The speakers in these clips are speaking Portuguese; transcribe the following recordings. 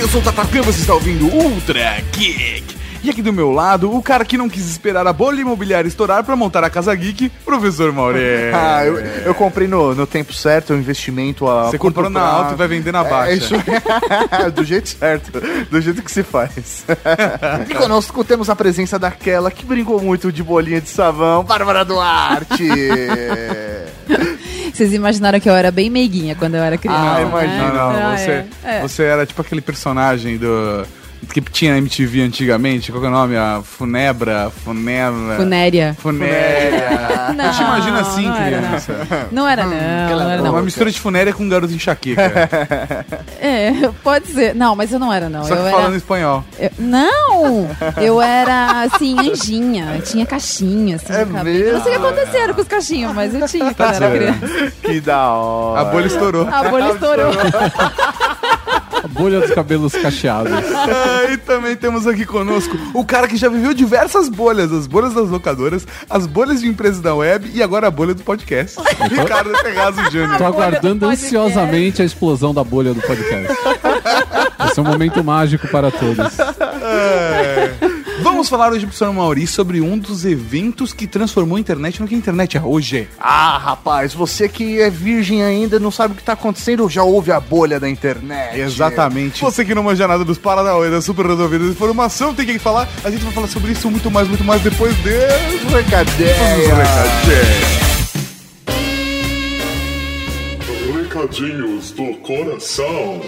eu sou o Tatacama, você está ouvindo Ultra Geek. E aqui do meu lado, o cara que não quis esperar a bolha imobiliária estourar para montar a Casa Geek, professor Mauré. Ah, eu, eu comprei no, no tempo certo, o investimento a Você curto comprou na prazo. alta e vai vender na baixa. É, isso... do jeito certo, do jeito que se faz. e conosco temos a presença daquela que brincou muito de bolinha de sabão, Bárbara Duarte. Vocês imaginaram que eu era bem meiguinha quando eu era criança. Ah, né? imagino. Não, não, Ah, você, é. É. você era tipo aquele personagem do. Que tinha na MTV antigamente, qual que é o nome? A Funebra, Funebra. Funéria. Funéria. Não, Eu te imagino assim, Ah, não era, criança. Não era, não. não era, Uma não. mistura de funéria com garoto enxaqueca. É, pode ser. Não, mas eu não era, não. Só eu que era. falando espanhol. eu- Não! Eu era, assim, anjinha. Eu tinha caixinha, assim. É no cabelo. mesmo? Não sei o que aconteceram com os caixinhos, mas eu tinha quando era criança. que da hora. A bolha estourou. A bolha estourou. A bolha dos cabelos cacheados. Ah, e também temos aqui conosco o cara que já viveu diversas bolhas, as bolhas das locadoras, as bolhas de empresas da web e agora a bolha do podcast. Ricardo Pegaso Júnior. Tô aguardando podcast. ansiosamente a explosão da bolha do podcast. Vai ser um momento mágico para todos. Vamos falar hoje, professor Mauri, sobre um dos eventos que transformou a internet no que a internet é hoje. Ah, rapaz, você que é virgem ainda não sabe o que tá acontecendo, já ouve a bolha da internet. Exatamente. Você que não manja nada dos Paranauê, da super rodovia da informação, tem que falar. A gente vai falar sobre isso muito mais, muito mais depois de... Brincadeira. Recadinhos do coração.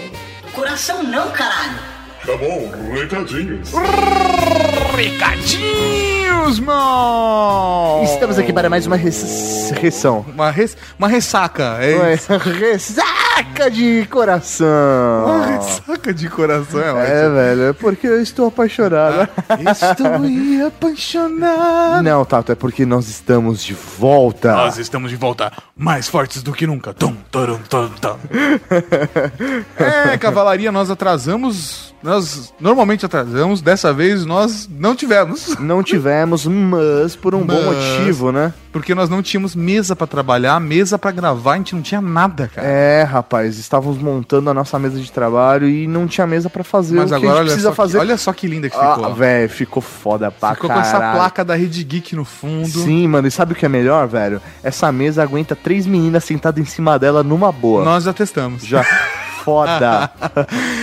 Coração não, caralho. Tá bom, recadinhos. Recadinhos, mano! Estamos aqui para mais uma res... reção. Uma, res... uma ressaca, é Ué, isso. Ressaca de coração. Uma ressaca de coração, é, É, velho, é porque eu estou apaixonado. ótimo. Estou apaixonado. Não, Tato, é porque nós estamos de volta. Nós estamos de volta mais fortes do que nunca. Tum, tarum, tum, tum. É, cavalaria, nós atrasamos. Nós normalmente atrasamos, dessa vez nós não tivemos. Não tivemos, mas por um bom Mas- motivo, né? Porque nós não tínhamos mesa pra trabalhar, mesa pra gravar, a gente não tinha nada, cara. É, rapaz, estávamos montando a nossa mesa de trabalho e não tinha mesa pra fazer Mas o que a agora gente olha precisa só, fazer. Que, olha só que linda que ficou. Ah, velho, ficou foda pra ficou com caralho. essa placa da Rede Geek no fundo. Sim, mano, e sabe o que é melhor, velho? Essa mesa aguenta três meninas sentadas em cima dela numa boa. Nós já testamos. Já foda.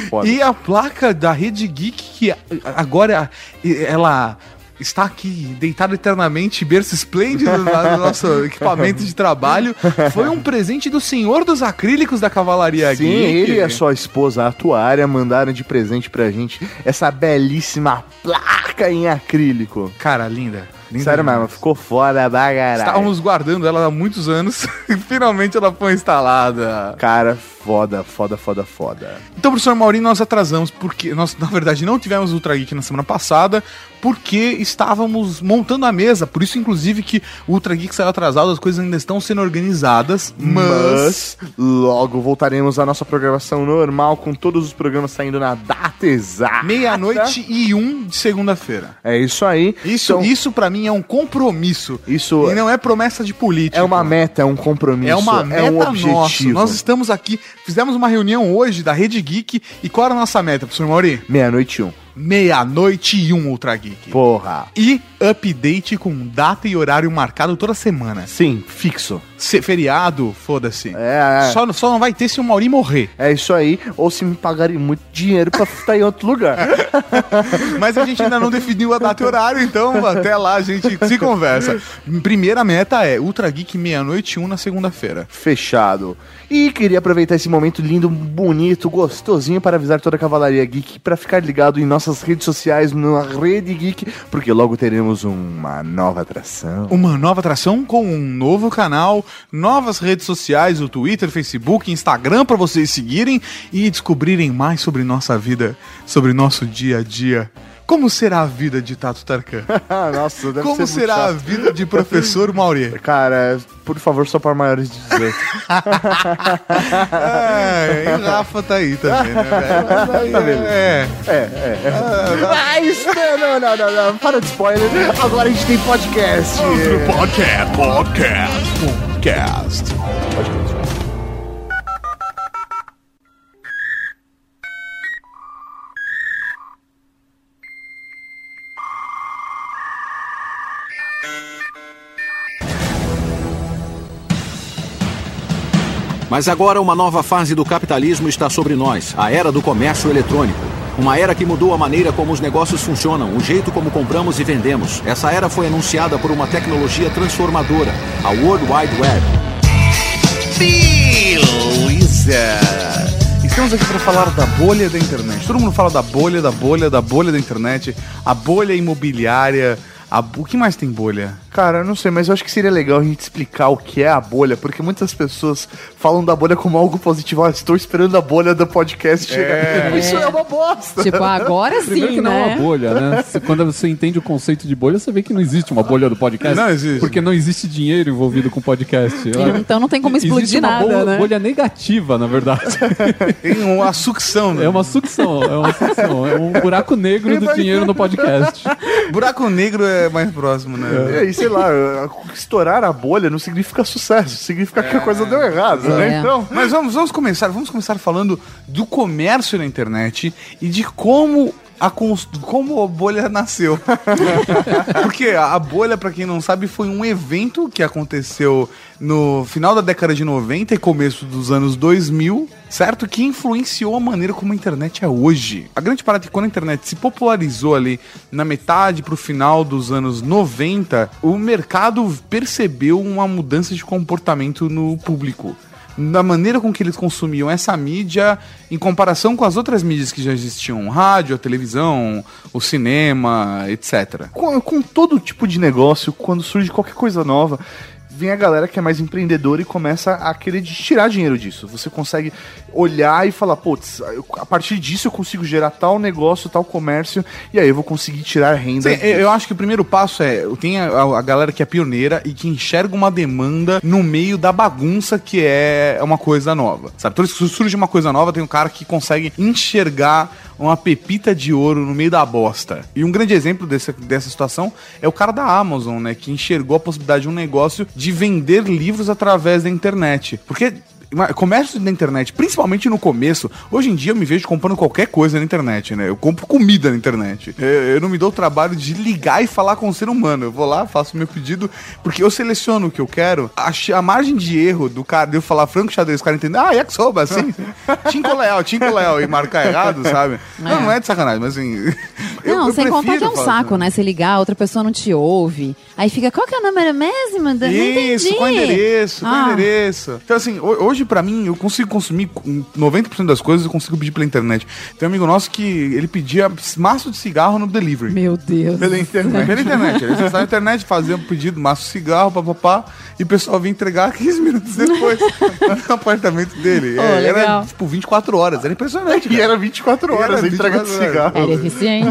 foda. E a placa da Rede Geek, que a- agora ela está aqui deitada eternamente, berço esplêndido no no nosso equipamento de trabalho, foi um presente do senhor dos acrílicos da Cavalaria Sim, Geek. ele é e a sua esposa a atuária mandaram de presente pra gente essa belíssima placa em acrílico. Cara, linda. linda Sério demais. tá mesmo, ficou foda pra caralho. Estávamos guardando ela há muitos anos e finalmente ela foi instalada. Cara, foda, foda, foda, foda. Então, professor Maurinho, nós atrasamos porque nós, na verdade, não tivemos Ultra Geek na semana passada porque estávamos montando a mesa. Por isso, inclusive, que o Ultra Geek saiu atrasado, as coisas ainda estão sendo organizadas, mas... Mas logo voltaremos à nossa programação normal, com todos os programas saindo na data exata. Meia-noite e um de segunda-feira. É isso aí. Isso, tá. Então, isso para mim é um compromisso. isso E não é promessa de político. é uma meta, é um compromisso. É uma meta é um nossa. objetivo. Nós estamos aqui, fizemos uma reunião hoje da Rede Geek. E qual era a nossa meta, professor Mauri? Meia-noite e um. Meia-noite e um Ultra Geek. Porra. E update com data e horário marcado toda semana. Sim, fixo. Se feriado, foda-se. É, é. Só, só não vai ter se o Mauri morrer. É isso aí, ou se me pagarem muito dinheiro pra estar em outro lugar. Mas a gente ainda não definiu a data e horário, então até lá a gente se conversa. Primeira meta é Ultra Geek meia-noite e um na segunda-feira. Fechado. E queria aproveitar esse momento lindo, bonito, gostosinho para avisar toda a Cavalaria Geek para ficar ligado em nossas redes sociais, na Rede Geek, porque logo teremos uma nova atração. Uma nova atração com um novo canal, novas redes sociais, o Twitter, Facebook, Instagram pra vocês seguirem e descobrirem mais sobre nossa vida, sobre nosso dia a dia. Como será a vida de Tato Tarkan? Ah, Nossa, deve Como muito será a chato. vida de professor Mauri? Cara, por favor, só para maiores de 18. É, e Rafa tá aí também, né, velho? É. Mas, Ah, não, não, não, não, não, para de spoiler. Agora a gente tem podcast. Oh, Podcast, podcast, podcast. Mas agora uma nova fase do capitalismo está sobre nós, a era do comércio eletrônico. Uma era que mudou a maneira como os negócios funcionam, o jeito como compramos e vendemos. Essa era foi anunciada por uma tecnologia transformadora, a World Wide Web. Beleza! Estamos aqui para falar da bolha da internet. Todo mundo fala da bolha, da bolha, da bolha da internet, a bolha imobiliária. a bo- O que mais tem bolha? Cara, eu não sei, mas eu acho que seria legal a gente explicar o que é a bolha, porque muitas pessoas falam da bolha como algo positivo. Ah, estou esperando a bolha do podcast chegar. Isso é uma bosta. Tipo, agora Primeiro sim, que não é né? uma bolha, né? Você- Quando você entende o conceito de bolha, você vê que não existe uma bolha do podcast. Não existe. Porque não existe dinheiro envolvido com podcast. Então não tem como né? existe explodir uma nada, bolha, né? bolha negativa, na verdade. Tem uma sucção, né? É uma sucção, é uma sucção. É um buraco negro do dinheiro no podcast. Buraco negro é mais próximo, E né? aí, sei lá, estourar a bolha não significa sucesso, significa É, que a coisa deu errado, né? É. Então, Mas vamos, vamos começar, vamos começar falando do comércio na internet e de como a cons- como a bolha nasceu. Porque a bolha, pra quem não sabe, foi um evento que aconteceu no final da década de 90 e começo dos anos 2000, certo? Que influenciou a maneira como a internet é hoje. A grande parada é que quando a internet se popularizou ali na metade pro final dos anos 90, o mercado percebeu uma mudança de comportamento no público na maneira com que eles consumiam essa mídia em comparação com as outras mídias que já existiam, rádio, a televisão, o cinema, etc. com, com todo tipo de negócio, quando surge qualquer coisa nova, vem a galera que é mais empreendedora e começa a querer de- tirar dinheiro disso. Você consegue olhar e falar, putz, eu- a partir disso eu consigo gerar tal negócio, tal comércio, e aí eu vou conseguir tirar renda. Sim, eu eu acho que o primeiro passo é, tem a, a galera que é pioneira e que enxerga uma demanda no meio da bagunça que é uma coisa nova, sabe? Toda vez que surge uma coisa nova, tem um cara que consegue enxergar uma pepita de ouro no meio da bosta. E um grande exemplo dessa, dessa situação é o cara da Amazon, né? Que enxergou a possibilidade de um negócio de vender livros através da internet. Porque Ima- Comércio na internet, principalmente no começo, hoje em dia eu me vejo comprando qualquer coisa na internet, né? Eu compro comida na internet. Eu, eu não me dou o trabalho de ligar e falar com o ser humano. Eu vou lá, faço o meu pedido, porque eu seleciono o que eu quero. A, ch- a margem de erro do cara, de eu falar franco xadrez, o cara entender, ah, yakisoba, assim, tinko leal, tinko leal, e marcar errado, sabe? Não, não é de sacanagem, mas assim... eu- Não, eu sem contar que é prefiro um falar saco, assim. né? Se ligar, outra pessoa não te ouve. Aí fica, qual que é o número mesmo? Eu Não Isso, entendi. com endereço, com Ah. endereço. Então, assim, ho- hoje, pra mim, eu consigo consumir com 90% das coisas, eu consigo pedir pela internet. Tem um amigo nosso que ele pedia maço de cigarro no delivery. Meu Deus. Pela internet. Pela internet. Ele acessava a internet, fazia um pedido, maço de cigarro, papapá, e o pessoal vinha entregar 15 minutos depois no apartamento dele. Oh, É, era, legal. tipo, 24 horas. Era impressionante. E cara. era 24 horas Era a entrega de 24 cigarro. horas. Era eficiente.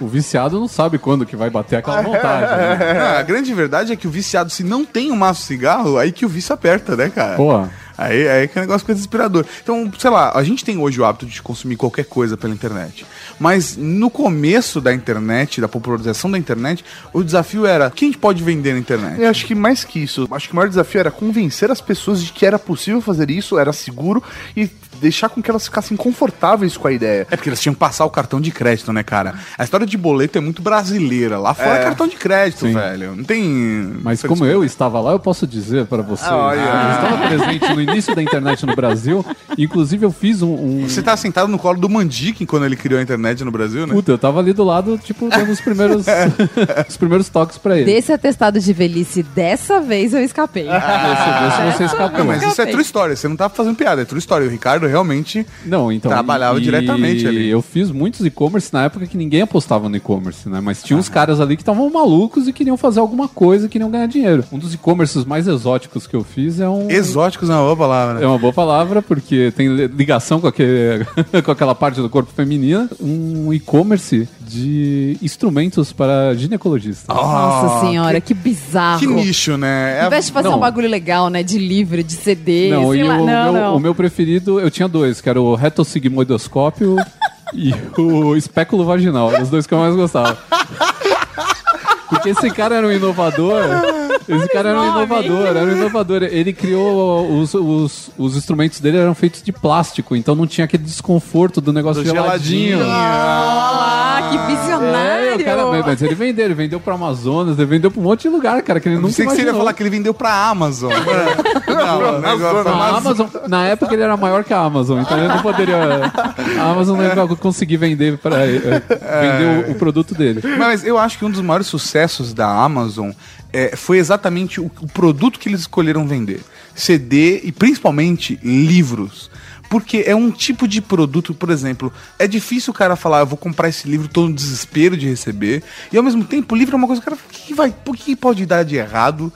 O viciado não sabe quando que vai bater aquela vontade. Né? Não, a grande verdade é que o viciado, se não tem um maço de cigarro, aí que o vício aperta, né, cara? Pô. Aí, aí que o negócio fica desesperador. Então, sei lá, a gente tem hoje o hábito de consumir qualquer coisa pela internet. Mas no começo da internet, da popularização da internet, o desafio era o que a gente pode vender na internet? Eu acho que mais que isso, acho que o maior desafio era convencer as pessoas de que era possível fazer isso, era seguro e deixar com que elas ficassem confortáveis com a ideia. É porque eles tinham que passar o cartão de crédito, né, cara? A história de boleto é muito brasileira. Lá fora é, cartão de crédito, velho. Não tem. Mas como eu estava lá, eu posso dizer para vocês. tipo Ah, né? Olha. Eu estava presente no início da internet no Brasil. Inclusive, eu fiz um- um Você tá sentado no colo do Mandique quando ele criou a internet no Brasil, né? Puta, eu tava ali do lado, tipo, dando os primeiros, os primeiros toques pra ele. Desse atestado de velhice, dessa vez eu escapei. Ah, Desse- desse você escapou. Não, mas isso é Escapei. true story. Você não tá fazendo piada, é true story. O Ricardo realmente. Não, então. Trabalhava diretamente ali. Eu fiz muitos e-commerce na época que ninguém apostava no e-commerce, né? Mas tinha uns caras ali que estavam malucos e queriam fazer alguma coisa, queriam ganhar dinheiro. Um dos e-commerces mais exóticos que eu fiz é um. Exóticos na né? boa palavra. É uma boa palavra, porque tem li- ligação com, aquele, com aquela parte do corpo feminina. Um e-commerce de instrumentos para ginecologistas. Nossa senhora, que, bizarro. Que nicho, né? Ao É- invés de fazer Não. um bagulho legal, né? De livro, de CD, Não, sei e lá. o, não, meu, não. o meu preferido, eu tinha dois, que era o retossigmoidoscópio e o espéculo vaginal. Os dois que eu mais gostava. Porque esse cara era um inovador Esse cara era um nomes. inovador, era um inovador. Ele criou os, os, os instrumentos dele eram feitos de plástico, então não tinha aquele desconforto do negócio Do geladinho. geladinho. Ah, que É, visionário. o cara, mas- mas ele vendeu, ele vendeu pra Amazonas, ele vendeu pra um monte de lugar, cara, que ele Não nunca sei que você ia imaginou. falar que ele vendeu pra Amazon. né? não, negócio Não, a Amazon. Amazon, na época ele era maior que a Amazon, então ele não poderia. A Amazon não ia conseguir vender para vender o, o produto dele. Mas eu acho que um dos maiores sucessos da Amazon é, foi exatamente o, o produto que eles escolheram vender: CD e principalmente livros. Porque é um tipo de produto, por exemplo, é difícil o cara falar, eu vou comprar esse livro, tô no desespero de receber. E ao mesmo tempo, o livro é uma coisa, cara, o que, que vai, o que pode dar de errado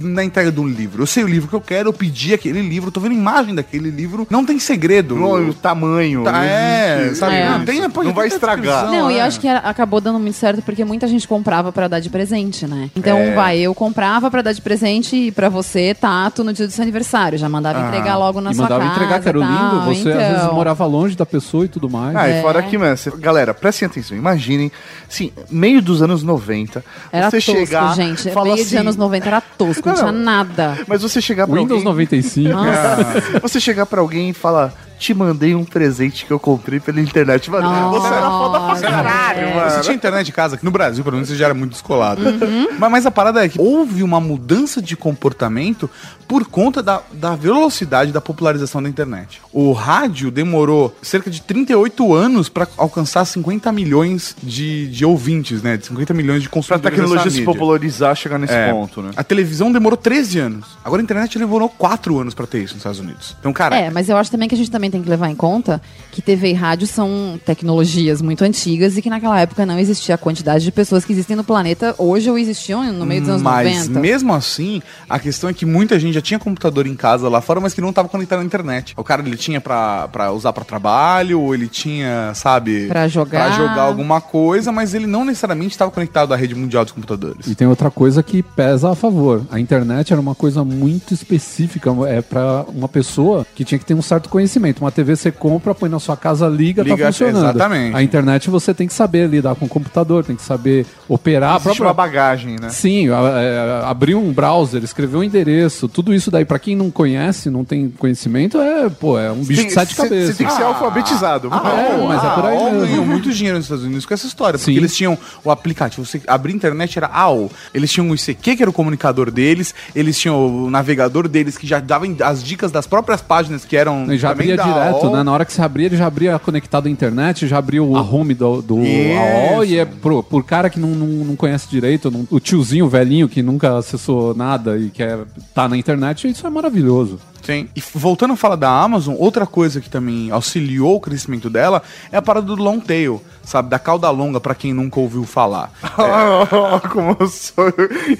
na entrega de um livro? Eu sei o livro que eu quero, eu pedi aquele livro, eu tô vendo imagem daquele livro, não tem segredo. O tamanho. Tá, não é, existe. sabe? É. Não, tem, pode ter Não vai até estragar. descrição, Não, e é. eu acho que era- acabou dando muito certo porque muita gente comprava pra dar de presente, né? Então, vai, eu comprava pra dar de presente e pra você, Tato, no dia do seu aniversário. Já mandava entregar logo na e sua casa. mandava entregar, que era e lindo. tal, Você às então. vezes morava longe da pessoa e tudo mais. né? Ah, É. e fora que, mano, cê- galera, prestem atenção, imaginem, assim, meio dos anos 90, Era você tosco, chegar, gente. fala Meio assim, de anos 90 era tosco, não Não, tinha não. nada. mas você chegar pra Windows alguém, 95. Nossa. você chegar pra alguém e falar, te mandei um presente que eu comprei pela internet, mano, você era foda Nossa, pra caralho, é. Você mano. tinha internet em casa, que no Brasil, pelo menos, você já era muito descolado. Uhum. Mas, mas a parada é que houve uma mudança de comportamento por conta da, da velocidade da popularização da internet. O rádio demorou cerca de 38 anos pra alcançar 50 milhões de, de ouvintes, né? De 50 milhões de Pra consumidores. tecnologia dessa se mídia. popularizar, chegar nesse É. ponto, né? A televisão demorou 13 anos. Agora a internet demorou 4 anos pra ter isso nos Estados Unidos. Então, cara, É, mas eu acho também que a gente também tem que levar em conta que TV e rádio são tecnologias muito antigas e que naquela época não existia a quantidade de pessoas que existem no planeta hoje ou existiam no meio dos anos mas 90. mesmo assim, a questão é que muita gente já tinha computador em casa lá fora, mas que não tava conectado na internet. O cara ele tinha pra, pra usar pra trabalho, ou ele tinha, sabe, Pra jogar. pra jogar alguma coisa, mas ele não necessariamente estava conectado à rede mundial dos computadores. E tem outra coisa que pesa a favor. A internet era uma coisa muito específica, é para uma pessoa que tinha que ter um certo conhecimento. Uma TV você compra, põe na sua casa, liga, Liga, tá funcionando. exatamente. A internet você tem que saber lidar com o computador, tem que saber operar. A Existe própria- uma bagagem, né? Sim, a- é, abrir um browser, escrever um endereço, tudo isso daí pra quem não conhece, não tem conhecimento, é, pô, é um bicho de sete Você cabeças. tem que ser alfabetizado. é, mas é por aí a AOL mesmo. ganhou muito dinheiro nos Estados Unidos com essa história, porque Sim. eles tinham o aplicativo, você abrir a internet era AOL, eles tinham o ICQ que era o comunicador deles, eles tinham o navegador deles que já dava as dicas das próprias páginas que eram Ele já também abria da direto, AOL. né? Na hora que você abria, ele já abria conectado à internet, já abriu a home do, do Isso. AOL e é pro, por cara que não, não, não conhece direito, não- o tiozinho velhinho que nunca acessou nada e quer tá na internet, isso é maravilhoso. Sim. E voltando a falar da Amazon, outra coisa que também auxiliou o crescimento dela é a parada do long tail, sabe? Da cauda longa, pra quem nunca ouviu falar. Ah, como eu sou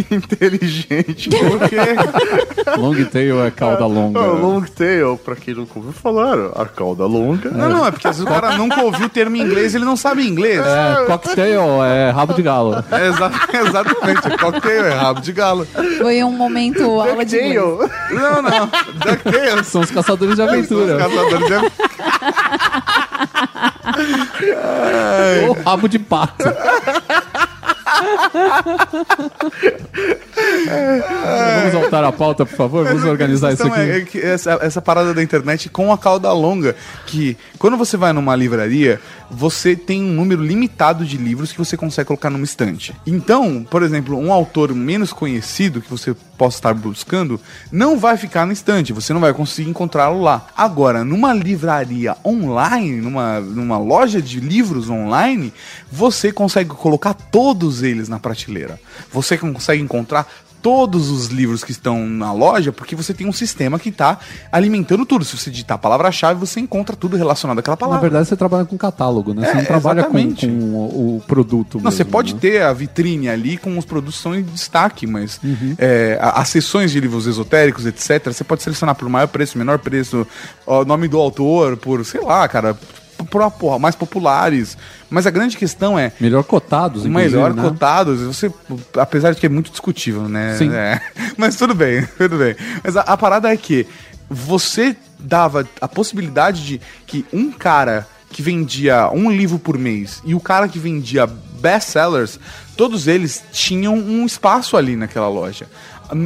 inteligente. Porque Long tail é cauda longa. o long tail, pra quem nunca ouviu falar, a cauda longa. Não, não, é porque às vezes o cara nunca ouviu o termo em inglês, ele não sabe inglês. É, cocktail é rabo de galo. É exa- exatamente, cocktail é rabo de galo. Foi um momento aula de inglês. Tail. Não, não, DuckTales. São os caçadores de É Os aventura. caçadores de- Ou rabo de pato. Vamos voltar à pauta, por favor. Vamos organizar isso Então, é- é aqui. que essa, essa parada da internet com a cauda longa, que quando você vai numa livraria, você tem um número limitado de livros que você consegue colocar numa estante. Então, por exemplo, um autor menos conhecido que você possa estar buscando não vai ficar na estante, você não vai conseguir encontrá-lo lá. Agora, numa livraria online, numa, numa loja de livros online, você consegue colocar todos eles na prateleira. Você consegue encontrar todos os livros que estão na loja, porque você tem um sistema que tá alimentando tudo. Se você digitar a palavra-chave, você encontra tudo relacionado àquela Na palavra. verdade, você trabalha com catálogo, né? Você É, não trabalha com, exatamente. com o, o produto. Não, você mesmo, pode né? ter a vitrine ali com os produtos que são em destaque, mas Uhum. é, a- as seções de livros esotéricos, etc., você pode selecionar por maior preço, menor preço, o nome do autor, por, sei lá, cara, por, por, por mais populares. Mas a grande questão é, Melhor cotados, O inclusive, melhor né? cotados, você, apesar de que é muito discutível, né? Sim. É. Mas tudo bem, tudo bem. Mas a, a parada é que você dava a possibilidade de que um cara que vendia um livro por mês e o cara que vendia best sellers, todos eles tinham um espaço ali naquela loja.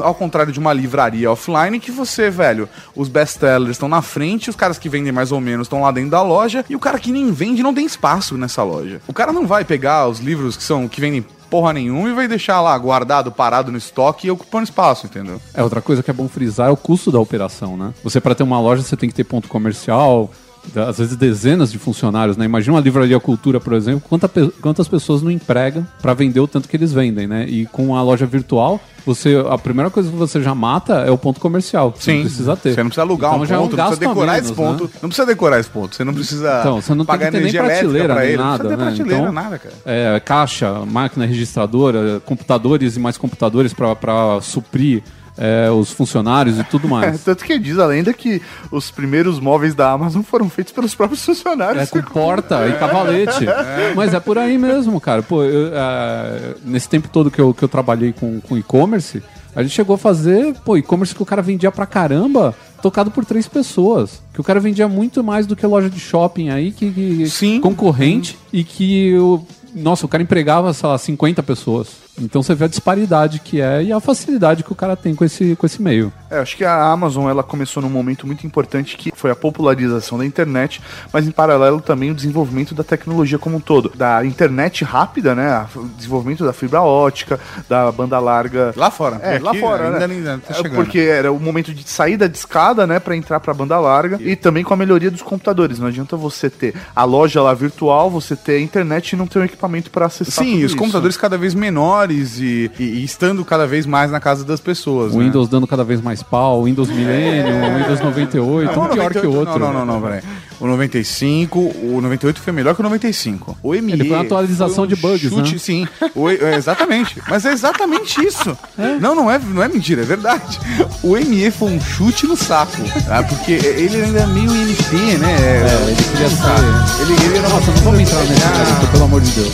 Ao contrário de uma livraria offline, que você, velho, os best-sellers estão na frente, os caras que vendem mais ou menos estão lá dentro da loja, e o cara que nem vende não tem espaço nessa loja. O cara não vai pegar os livros que são que vendem porra nenhuma e vai deixar lá guardado, parado no estoque e ocupando espaço, entendeu? É, outra coisa que é bom frisar é o custo da operação, né? Você, para ter uma loja, você tem que ter ponto comercial, da- às vezes dezenas de funcionários, né? Imagina uma livraria Cultura, por exemplo, quanta pe- quantas pessoas não empregam para vender o tanto que eles vendem, né? E com a loja virtual, você a primeira coisa que você já mata é o ponto comercial. que Você não precisa ter. Você não precisa alugar Então um já é ponto, não gasto precisa a decorar menos, esse ponto. né? Não precisa decorar esse ponto. Você não precisa Então, você não tem pagar que ter nem energia elétrica prateleira, pra nem ele. nada, não precisa ter né? prateleira, Então, nada, cara. é, caixa, máquina registradora, computadores e mais computadores para suprir é, os funcionários e tudo É, mais. tanto que diz a lenda que os primeiros móveis da Amazon foram feitos pelos próprios funcionários. É com porta e cavalete. Mas é por aí mesmo, cara. Pô, eu, ah, nesse tempo todo que eu, que eu trabalhei com, com e-commerce, a gente chegou a fazer, pô, e-commerce que o cara vendia pra caramba, tocado por três pessoas. Que o cara vendia muito mais do que loja de shopping aí, que, que- Sim. concorrente, e que o. Nossa, o cara empregava, sei lá, 50 pessoas. Então você vê a disparidade que é e a facilidade que o cara tem com esse, com esse meio. É, acho que a Amazon ela começou num momento muito importante que foi a popularização da internet, mas em paralelo também o desenvolvimento da tecnologia como um todo, da internet rápida, né? O desenvolvimento da fibra ótica, da banda larga. Lá fora. É, lá Tá Aqui, fora, ainda, né? Ainda, tá É, chegando. Porque era o momento de saída de escada, né, Pra entrar pra banda larga e também com a melhoria dos computadores. Não adianta você ter a loja lá virtual, você ter a internet e não ter um equipamento pra acessar. Sim, tudo os isso. computadores cada vez menores e, e- e estando cada vez mais na casa das pessoas. O né? Windows dando cada vez mais pau, o Windows Millennium, o Windows 98, um Não, pior que o 98 outro. Não, não, não, não, peraí. O 95, o 98 foi melhor que o 95. O ME. Ele foi uma atualização de bugs, um chute, né? Sim, O- é, exatamente. Mas é exatamente isso. Não, não é, não é mentira, é verdade. O ME foi um chute no saco. tá? Porque ele ainda é meio MP, né? É, Ele queria ser. Ele, ele era uma Nossa, não vamos entrar nesse Ah. assunto, pelo amor de Deus.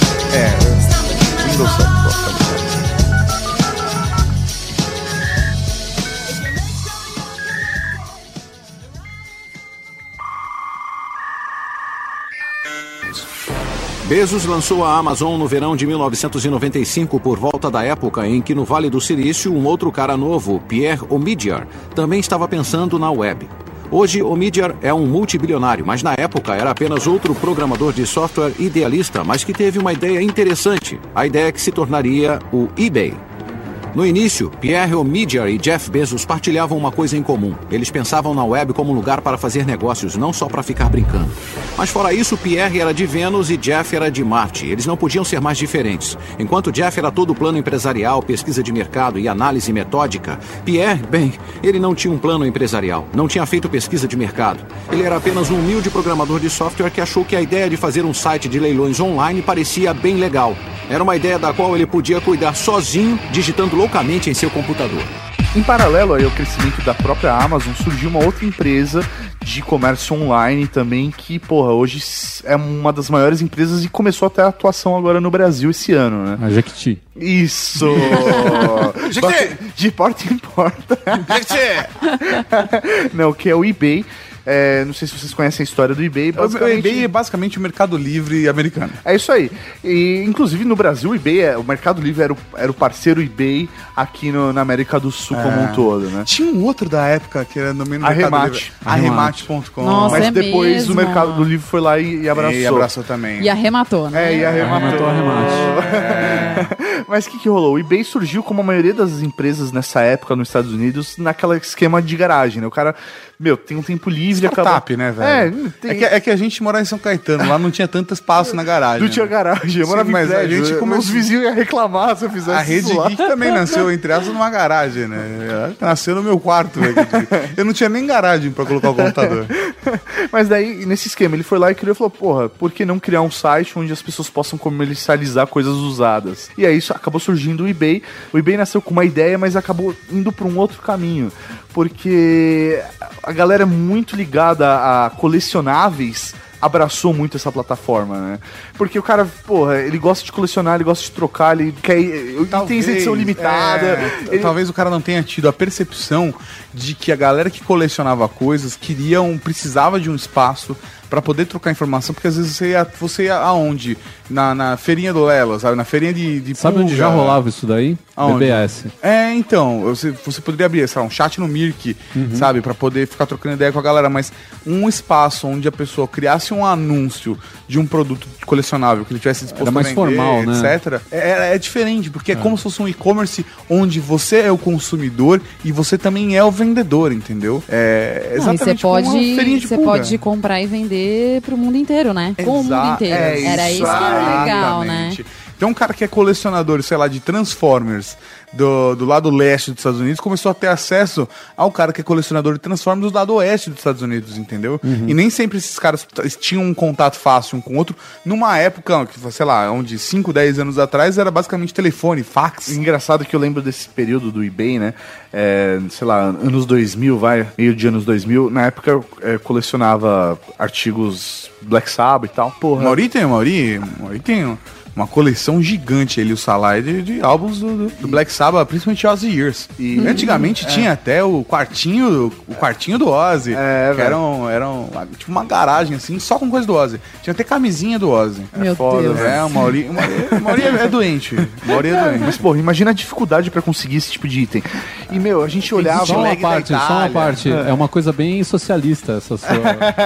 Windows Server. Bezos lançou a Amazon no verão de 1995, por volta da época em que no Vale do Silício um outro cara novo, Pierre Omidyar, também estava pensando na web. Hoje, Omidyar é um multibilionário, mas na época era apenas outro programador de software idealista, mas que teve uma ideia interessante, a ideia é que se tornaria o eBay. No início, Pierre Omidyar e Jeff Bezos partilhavam uma coisa em comum. Eles pensavam na web como um lugar para fazer negócios, não só para ficar brincando. Mas fora isso, Pierre era de Vênus e Jeff era de Marte. Eles não podiam ser mais diferentes. Enquanto Jeff era todo plano empresarial, pesquisa de mercado e análise metódica, Pierre, bem, ele não tinha um plano empresarial, não tinha feito pesquisa de mercado. Ele era apenas um humilde programador de software que achou que a ideia de fazer um site de leilões online parecia bem legal. Era uma ideia da qual ele podia cuidar sozinho, digitando loucamente em seu computador. Em paralelo aí ao crescimento da própria Amazon, surgiu uma outra empresa de comércio online também que, porra, hoje s- é uma das maiores empresas e começou até a atuação agora no Brasil esse ano, né? A Jequiti. Isso! Gente! de porta em porta. Gente, Não, que é o eBay. É, não sei se vocês conhecem a história do eBay. O basicamente- eBay é basicamente o mercado livre americano. É isso aí. E, inclusive, no Brasil, o eBay, é- o Mercado Livre era o, era o parceiro eBay aqui no- na América do Sul É. como um todo, né? Tinha um outro da época que era no mesmo Arremate. Arremate.com. Nossa, Mas é depois mesmo. o Mercado do Livre foi lá e, e abraçou. E abraçou também. E arrematou, né? É, e Arrematou arrematou. arremate. Mas o que, que rolou? O eBay surgiu como a maioria das empresas nessa época nos Estados Unidos, naquela esquema de garagem, né? O cara, meu, tem um tempo livre. Startup, acaba- né, velho? É, tem... que, é que a gente morava em São Caetano, lá não tinha tanto espaço na garagem. Não tinha né? garagem, eu Sim, morava mas em a prédio. gente né? começou- Os vizinhos iam reclamar se eu fizesse A Rede isso lá. Geek também nasceu, entre aspas, numa garagem, né? Ela Nasceu no meu quarto. velho. Eu não tinha nem garagem pra colocar o computador. Mas daí, nesse esquema, ele foi lá e criou e falou: porra, por que não criar um site onde as pessoas possam comercializar coisas usadas? E aí isso acabou surgindo o eBay. O eBay nasceu com uma ideia, mas acabou indo para um outro caminho. Porque a galera é muito ligada a colecionáveis abraçou muito essa plataforma, né? Porque o cara, porra, ele gosta de colecionar, ele gosta de trocar, ele quer. Ele tem edição limitada. é, ele- Talvez o cara não tenha tido a percepção de que a galera que colecionava coisas queriam, precisava de um espaço pra pra poder trocar informação, porque às vezes você ia, você ia aonde? Na, na feirinha do Lela, sabe? Na feirinha de, de Sabe onde pulga. já rolava isso daí? Aonde? BBS. É, então, você, você poderia abrir, sei lá, um chat no Mirk, Uhum. sabe, Pra poder ficar trocando ideia com a galera, mas um espaço onde a pessoa criasse um anúncio de um produto colecionável que ele tivesse disposto Era mais a vender, formal, né? etc. É, é- é diferente, porque é. como se fosse um e-commerce onde você é o consumidor e você também é o vendedor, entendeu? É Não, e você exatamente como uma feirinha pode, de você pulga. pode comprar e vender pro mundo inteiro, né? Com o mundo Exa- inteiro. é, Era isso que era legal, né? exatamente. Tem um cara que é colecionador, sei lá, de Transformers do, do lado leste dos Estados Unidos, começou a ter acesso ao cara que é colecionador de Transformers do lado oeste dos Estados Unidos, entendeu? Uhum. E nem sempre esses caras t- tinham um contato fácil um com o outro. Numa época, que, sei lá, onde 5, 10 anos atrás era basicamente telefone, fax. Engraçado que eu lembro desse período do eBay, né? É, sei lá, anos 2000, vai, meio de anos 2000. Na época eu é, colecionava artigos Black Sabbath e tal. O Porra, Mauri tem, Mauri, Mauri tem um- uma coleção gigante ele, o Salai, de, de álbuns do, do- do Black Sabbath, principalmente Ozzy Years. E antigamente tinha até o quartinho, o quartinho do Ozzy, É, que velho. era, um- era um- tipo uma garagem assim, só com coisa do Ozzy. Tinha até camisinha do Ozzy. Meu foda, Deus. É, o Mauri, o Mauri- o Mauri é doente. O Mauri é Mas, doente. porra, imagina a dificuldade pra conseguir esse tipo de item. E, meu, a gente olhava. Só uma Bootleg da parte, só uma Itália. parte. É uma coisa bem socialista essa sua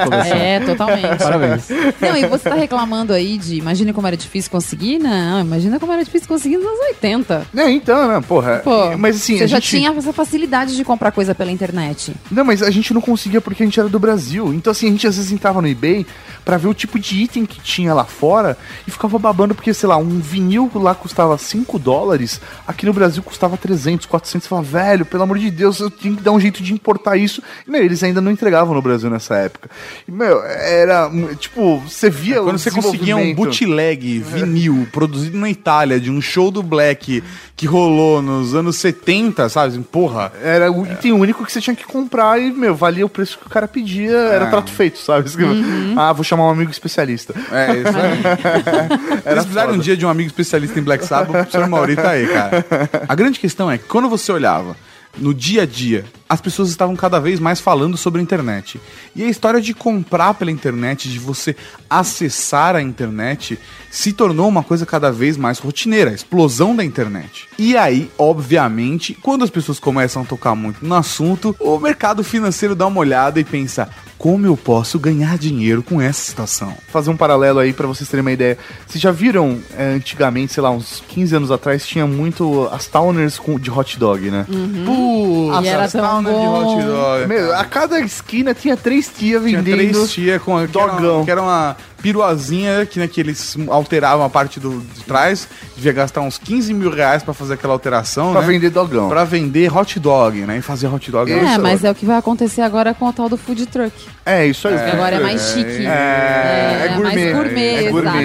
coleção. É, totalmente. Parabéns. Não, e você tá reclamando aí de imagina como era difícil conseguir? Não, imagina como era difícil conseguir nos anos 80. É, então, né, porra. Pô, mas assim, você a já gente... tinha essa facilidade de comprar coisa pela internet. Não, mas a gente não conseguia porque a gente era do Brasil. Então, assim, a gente às vezes entrava no eBay pra ver o tipo de item que tinha lá fora e ficava babando porque, sei lá, um vinil lá custava 5 dólares, aqui no Brasil custava 300, 400. Você falava, velho, pelo amor de Deus, eu tinha que dar um jeito de importar isso. E, meu, eles ainda não entregavam no Brasil nessa época. E, meu, era, tipo, você via o Quando você conseguia um desenvolvimento. bootleg vinil produzido na Itália de um show do Black que rolou nos anos 70, sabe? Assim, Porra, Era o item único que você tinha que comprar e, meu, valia o preço que o cara pedia, era trato feito, sabe? Uhum. Ah, vou chamar um amigo especialista. É, isso aí. Vocês precisaram um dia de um amigo especialista em Black Sabbath, o professor Mauri tá aí, cara. A grande questão é que quando você olhava no dia a dia, as pessoas estavam cada vez mais falando sobre a internet. E a história de comprar pela internet, de você acessar a internet, se tornou uma coisa cada vez mais rotineira, a explosão da internet. E aí, obviamente, quando as pessoas começam a tocar muito no assunto, o mercado financeiro dá uma olhada e pensa: como eu posso ganhar dinheiro com essa situação? fazer um paralelo aí pra vocês terem uma ideia. Vocês já viram é, antigamente, sei lá, uns 15 anos atrás, tinha muito as towners com- de hot dog, né? Uhum. Putz, E era as tão towner de bom. hot dog. Meu, a cada esquina tinha três tias Tinha vendendo. três tia com que era, dogão. uma, que era uma piruazinha que, né, que eles alteravam a parte do, de trás. Devia gastar uns 15 mil reais pra fazer aquela alteração, Pra né? vender dogão. Pra vender hot dog, né? E fazer hot dog. É, era- mas é o que vai acontecer agora com o tal do food truck. É, isso aí. que agora é mais chique. É, é gourmet. mais gourmet, É gourmet.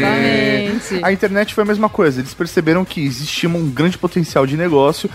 exatamente. A internet foi a mesma coisa. Eles perceberam que existia um grande potencial de negócio,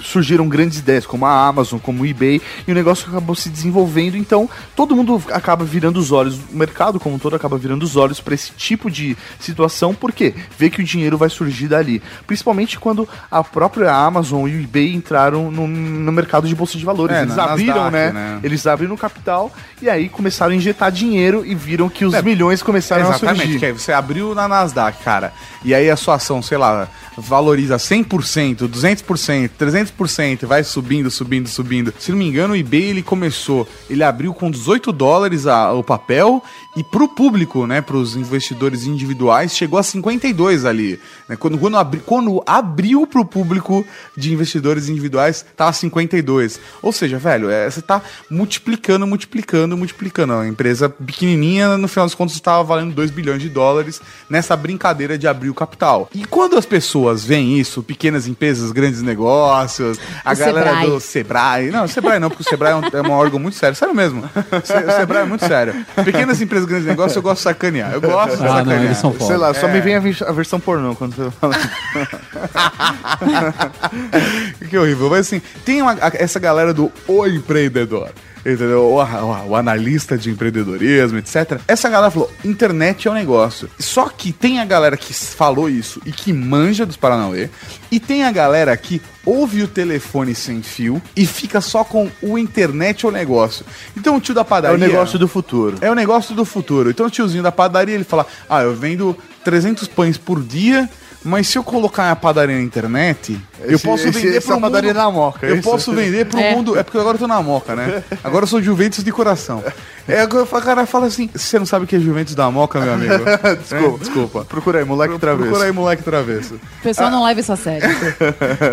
surgiram grandes ideias como a Amazon, como o eBay, e o negócio acabou se desenvolvendo. Então, todo mundo acaba virando os olhos, o mercado como um todo acaba virando os olhos para esse tipo de situação, porque vê que o dinheiro vai surgir dali. Principalmente quando a própria Amazon e o eBay entraram no, no mercado de bolsa de valores. É, Eles na abriram, Nasdaq, né? né? Eles abriram o capital e aí começaram a injetar dinheiro e viram que os milhões começaram a É, Exatamente, surgir. que é aí você abriu na Nasdaq, cara, e aí a sua ação, sei lá, valoriza 100%, 200%, 300%, vai subindo, subindo, subindo. Se não me engano, o eBay ele começou, ele abriu com 18 dólares a- o papel e pro público, né, pros investidores individuais, chegou a 52 ali. né? Quando, quando, abri- quando abriu pro público de investidores individuais, tá tava 52. Ou seja, velho, é, você tá multiplicando, multiplicando, multiplicando. A empresa pequenininha, no final das contas, estava valendo 2 bilhões de dólares nessa brincadeira de abrir o capital. E quando as pessoas veem isso, pequenas empresas, grandes negócios, a O galera Sebrae. do Sebrae. Não, Sebrae não, porque o Sebrae é um, é um órgão muito sério. Sério mesmo. Se- O Sebrae é muito sério. Pequenas empresas, grandes negócios, eu gosto de sacanear. Eu gosto de Ah, não, sacanear. eles são foda. Sei lá, só me vem a, vi- a versão pornô quando você fala. Que horrível. Mas assim, tem uma- a- essa galera do O Empreendedor. entendeu? O, o- o analista de empreendedorismo, etc. Essa galera falou: internet é um negócio. Só que tem a galera que s- falou isso e que manja dos Paranauê, e tem a galera que ouve o telefone sem fio e fica só com o internet é o negócio. Então o tio da É padaria. o negócio do futuro. É o negócio do futuro. Então o tiozinho da padaria, ele fala: Ah, eu vendo 300 pães por dia, mas se eu colocar a padaria na internet, eu Esse- posso esse- vender essa pro mundo. padaria na Moca, é eu isso? posso vender pro É. mundo. É porque agora eu tô na moca, né? Agora eu sou Juventus de coração. É, agora o cara fala assim: Você não sabe o que é Juventus da moca, meu amigo? Desculpa. É, desculpa. Procura aí, moleque travesso. Procura aí, moleque travesso. O pessoal não leva isso a sério.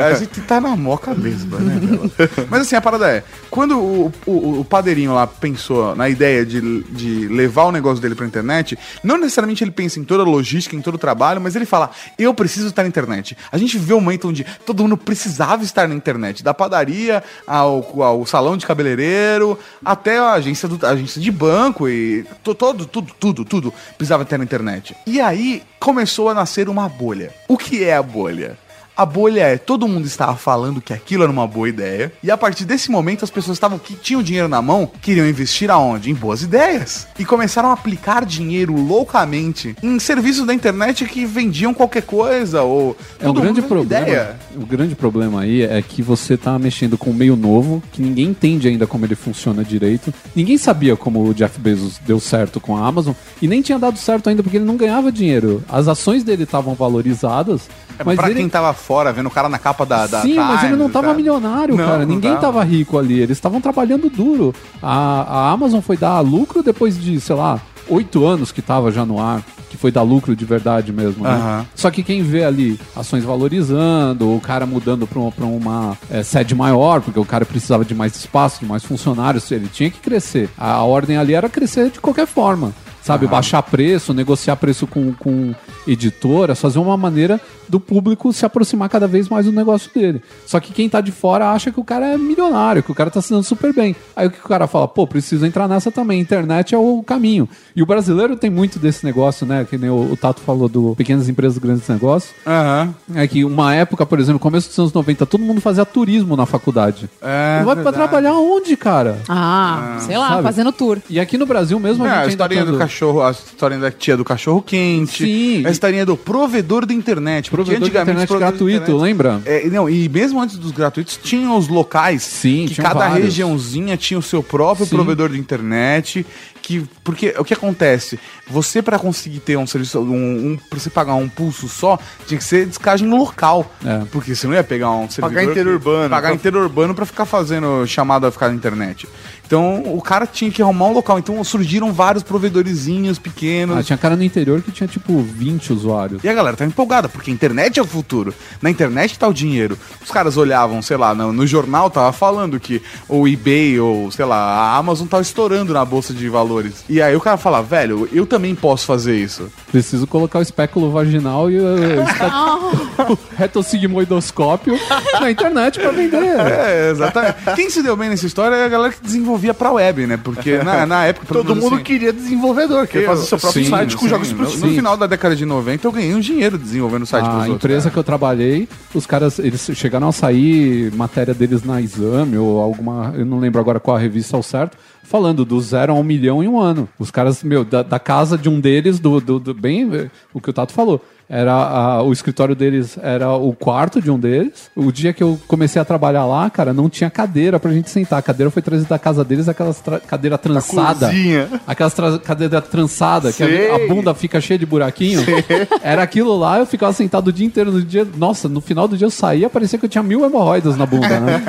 A gente tá na moca mesmo, né? Bela? Mas assim, a parada é, quando o, o, o padeirinho lá pensou na ideia de, de levar o negócio dele pra internet, não necessariamente ele pensa em toda a logística, em todo o trabalho, mas ele fala, eu preciso estar na internet. A gente viveu um momento onde todo mundo precisava estar na internet, da padaria ao, ao salão de cabeleireiro, até a agência, do, a agência de banco e to- todo, tudo, tudo, tudo precisava estar na internet. E aí começou a nascer uma bolha. O que é a bolha? A bolha é, todo mundo estava falando que aquilo era uma boa ideia, e a partir desse momento as pessoas estavam que tinham dinheiro na mão, queriam investir aonde? Em boas ideias. E começaram a aplicar dinheiro loucamente em serviços da internet que vendiam qualquer coisa ou É um todo grande mundo vende problema. O grande problema aí é que você tá mexendo com um meio novo, que ninguém entende ainda como ele funciona direito. Ninguém sabia como o Jeff Bezos deu certo com a Amazon e nem tinha dado certo ainda porque ele não ganhava dinheiro. As ações dele estavam valorizadas, É, mas pra ele quem tava fora, vendo o cara na capa da, da Sim, mas ele Times, não tava tá? milionário, Não, cara. não Ninguém tava. tava. rico ali. Eles estavam trabalhando duro. A, a Amazon foi dar lucro depois de, sei lá, oito anos que tava já no ar. Que foi dar lucro de verdade mesmo. né? Aham. Só que quem vê ali ações valorizando, o cara mudando pra uma, pra uma, eh, sede maior, porque o cara precisava de mais espaço, de mais funcionários, ele tinha que crescer. A, ordem ali era crescer de qualquer forma. Sabe, baixar preço, negociar preço com, com editoras, fazer uma maneira do público se aproximar cada vez mais do negócio dele. Só que quem tá de fora acha que o cara é milionário, que o cara tá se dando super bem. Aí o que o cara fala? Pô, preciso entrar nessa também, internet é o caminho. E o brasileiro tem muito desse negócio, né? Que nem o, o Tato falou do pequenas empresas, grandes negócios. Aham. É que uma época, por exemplo, começo dos anos 90, todo mundo fazia turismo na faculdade. É, Não vai pra verdade. trabalhar onde, cara? Ah, sei lá, sabe? fazendo tour. E aqui no Brasil mesmo É, a gente a ainda historinha quando- do cachorro, a historinha da tia do cachorro quente, Sim. a historinha do provedor da internet, porque Provedor de antigamente internet provedor de gratuito, lembra? É, não, e mesmo antes dos gratuitos, tinham os locais. Sim, que tinham cada vários. regiãozinha tinha o seu próprio Sim. provedor de internet. Que, porque o que acontece? Você, pra conseguir ter um serviço, um, um- pra você pagar um pulso só, tinha que ser descagem local. É. Porque você não ia pegar um servidor. interurbano, que- Pagar pra- interurbano pra ficar fazendo chamada, ficar na internet. Então, o cara tinha que arrumar um local. Então, surgiram vários provedorzinhos pequenos. Ah, tinha cara no interior que tinha tipo 20 usuários. E a galera tá empolgada, porque a internet é o futuro. Na internet tá o dinheiro. Os caras olhavam, sei lá, no, no jornal tava falando que o eBay ou, sei lá, a Amazon tava estourando na bolsa de valores. E aí o cara fala, velho, eu também posso fazer isso. Preciso colocar o espéculo vaginal e o, o espe- o retossigmoidoscópio na internet pra vender. É, exatamente. Quem se deu bem nessa história é a galera que desenvolvia pra web, né? Porque na, na época... pelo Todo menos mundo assim, queria desenvolvedor, queria eu- fazer seu próprio sim, site com sim, jogos Ah, no- exclusivos. No Sim. final da década de 90, eu ganhei um dinheiro desenvolvendo site pros A outros. empresa que eu trabalhei, os caras, eles chegaram a sair matéria deles na exame ou alguma, eu não lembro agora qual a revista ao certo, falando do zero a um milhão em um ano. Os caras, meu, da, da casa de um deles, do, do, do- bem, eh, o que o Tato falou, era a- o escritório deles era o quarto de um deles. O dia que eu comecei a trabalhar lá, cara, não tinha cadeira pra gente sentar. A cadeira foi trazida da casa deles, aquelas tra- cadeira trançada. cozinha. Aquelas tra cadeira trançada, que Sei. a- a bunda fica cheia de buraquinho. Era aquilo lá, eu ficava sentado o dia inteiro no dia. Nossa, no final do dia eu saía, parecia que eu tinha mil hemorroidas na bunda, né?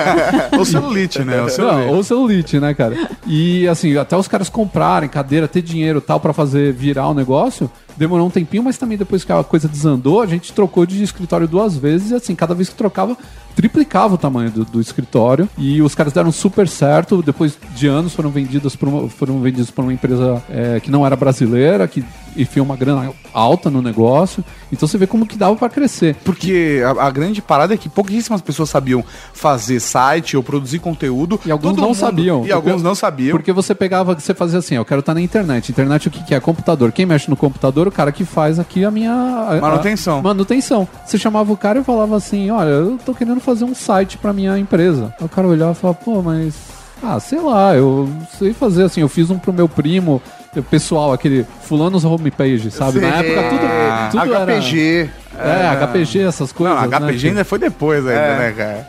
Ou celulite, né? Ou celulite. Não, ou celulite, né, cara? E assim, até os caras comprarem cadeira, ter dinheiro e tal pra fazer virar o negócio, demorou um tempinho, mas também depois que a coisa desandou, a gente trocou de escritório duas vezes e assim, cada vez que trocava, triplicava o tamanho do, do escritório. E os caras deram super certo. Depois de anos foram vendidos por uma, foram vendidos por uma empresa é, que não era brasileira, que enfiou uma grana alta no negócio. Então você vê como que dava pra crescer. Porque a, a grande parada é que pouquíssimas pessoas sabiam fazer site ou produzir conteúdo. E alguns Todo não mundo- sabiam. E alguns não sabiam. Porque você pegava, você fazia assim, ó, eu quero estar na internet. Internet o que, que é? Computador. Quem mexe no computador, o cara que faz aqui a minha... a- a- Manutenção. manutenção. Você chamava o cara e falava assim, olha, eu tô querendo fazer um site pra minha empresa. Aí o cara olhava e falava, pô, mas... Ah, sei lá, eu sei fazer assim, eu fiz um pro meu primo, o pessoal, aquele fulanos homepage, sabe? Na Sei. época É. tudo, tudo era... HPG. É, HPG, essas coisas, Não, né? HPG ainda foi depois ainda, É. né, cara?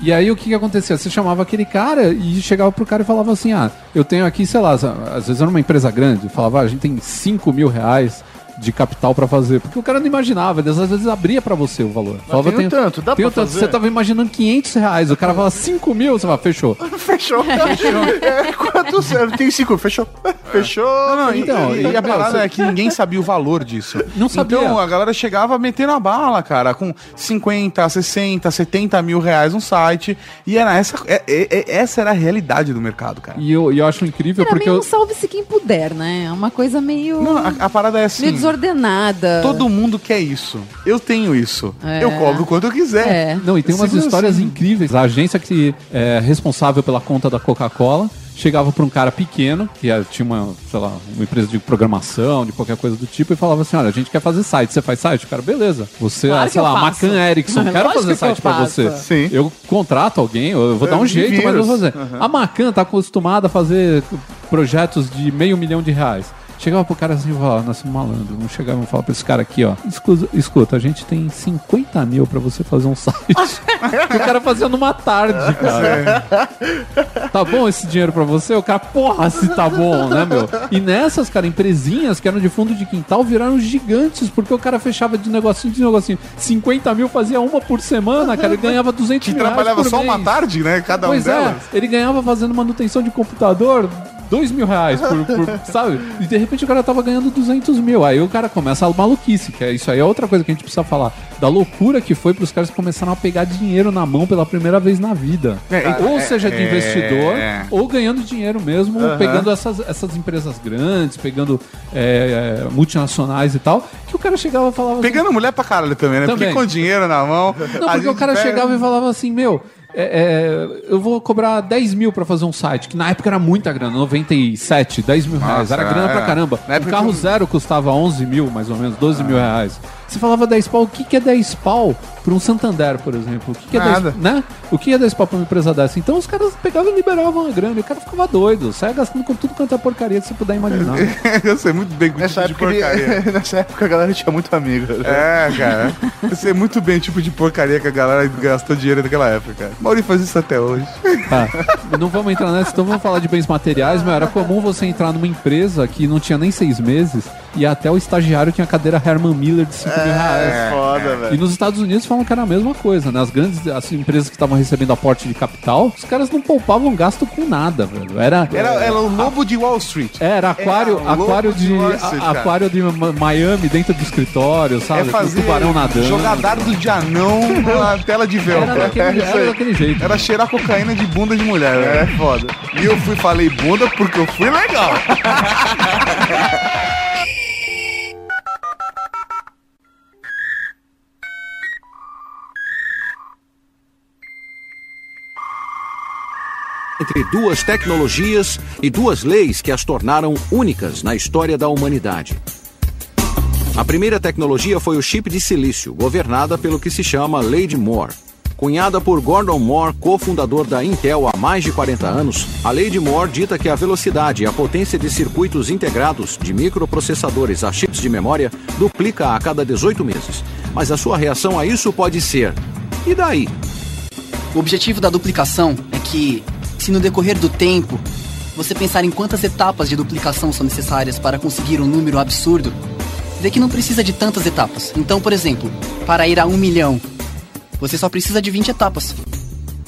E aí o que que acontecia? Você chamava aquele cara e chegava pro cara e falava assim, ah, eu tenho aqui, sei lá, às vezes era uma empresa grande, falava, ah, a gente tem 5 mil reais de capital pra fazer, porque o cara não imaginava, ele às vezes abria pra você o valor. Falava, tenho um tanto, dá tenho pra tanto. fazer? Você tava imaginando 500 reais, o cara falava 5 mil, você fala, fechou. Fechou. é, quanto serve? Tem cinco. Fechou. Fechou. Não, então, então, e, e a meu, parada você- é que ninguém sabia o valor disso. Não sabia. Então a galera chegava metendo a bala, cara, com 50, 60, 70 mil reais no site. E era essa, é- é- é- essa era a realidade do mercado, cara. E eu, e eu acho incrível Era porque meio eu, um salve-se quem puder, né? É uma coisa meio, Não, a, a parada é assim. meio desordenada. Todo mundo quer isso. Eu tenho isso. É. Eu cobro quanto eu quiser. É. Não, e tem umas Simples histórias assim. incríveis. A agência que é responsável pela conta da Coca-Cola chegava para um cara pequeno, que é- tinha uma, sei lá, uma empresa de programação, de qualquer coisa do tipo, e falava assim: olha, a gente quer fazer site. Você faz site? O cara, beleza. Você, Claro ah, que sei eu lá, faço. Macan Erickson, quero Lógico fazer que eu site para faço. você. Sim. Eu contrato alguém, eu, eu vou dar um me jeito, viro. mas eu vou fazer. A Macan tá acostumada a fazer projetos de meio milhão de reais. Chegava pro cara assim e falava, nossa, malandro, vamos chegar e vamos falar pra esse cara aqui, ó. Escuta, escuta, a gente tem 50 mil pra você fazer um site. Que o cara fazia numa tarde, cara. Tá bom esse dinheiro pra você? O cara, porra, se tá bom, né, meu? E nessas, cara, empresinhas que eram de fundo de quintal viraram gigantes, porque o cara fechava de negocinho de negocinho. 50 mil fazia uma por semana, cara, ele ganhava 200 Que mil reais trabalhava por só uma mês. tarde, né? Cada Pois um delas. é, ele ganhava fazendo manutenção de computador. 2 mil reais, por, por- sabe? E de repente o cara tava ganhando 200 mil. Aí o cara começa a maluquice, que é isso aí é outra coisa que a gente precisa falar. Da loucura que foi pros caras que começaram a pegar dinheiro na mão pela primeira vez na vida. ou seja, de é- investidor, ou ganhando dinheiro mesmo, pegando essas, essas empresas grandes, pegando é, é, multinacionais e tal. Que o cara chegava e falava assim, Pegando mulher pra caralho também, né? Também. Porque com dinheiro na mão. não, a porque o gente cara pega- chegava e falava assim, meu, é, é, eu vou cobrar 10 mil pra fazer um site, que na época era muita grana, 97, 10 mil reais, Nossa, era grana era. pra caramba. Na O época um Ah. carro que- zero custava 11 mil, mais ou menos, 12 mil reais. Você falava 10 pau, o que, que é 10 pau pra um Santander, por exemplo? O que, que é 10 Nada. né? O que é 10 pau pra uma empresa dessa? Então os caras pegavam e liberavam a grana, e o cara ficava doido, saia gastando com tudo quanto é porcaria que você puder imaginar. Eu sei muito bem o tipo Nessa de época, ele- porcaria. nessa época a galera tinha muito amigo. né? É, cara. Eu sei muito bem o tipo de porcaria que a galera gastou dinheiro naquela época. Mauri faz isso até hoje. Tá. Não vamos entrar nessa, então vamos falar de bens materiais, mas era comum você entrar numa empresa que não tinha nem seis meses e até o estagiário tinha a cadeira Herman Miller de 5 É, mil reais. Foda, E velho. nos Estados Unidos falam que era a mesma coisa, né? As grandes as empresas que estavam recebendo aporte de capital, os caras não poupavam gasto com nada, velho. Era, Era, era o lobo de Wall Street. era aquário, era o aquário lobo de de, Wall Street, a- cara. É aquário de Ma- Miami dentro do escritório, sabe? Com tubarão nadando. jogar dardo de anão na tela de Era velcro. daquele, É isso era aí. daquele jeito. Era cheirar cocaína de bunda de mulher, né? É foda. E eu fui, falei bunda porque eu fui legal. entre duas tecnologias e duas leis que as tornaram únicas na história da humanidade. A primeira tecnologia foi o chip de silício, governada pelo que se chama Lei de Moore. Cunhada por Gordon Moore, cofundador da Intel há mais de 40 anos, a Lei de Moore dita que a velocidade e a potência de circuitos integrados de microprocessadores a chips de memória duplica a cada 18 meses. Mas a sua reação a isso pode ser: e daí? O objetivo da duplicação é que, se no decorrer do tempo você pensar em quantas etapas de duplicação são necessárias para conseguir um número absurdo, vê que não precisa de tantas etapas. Então, por exemplo, para ir a um milhão, você só precisa de 20 etapas.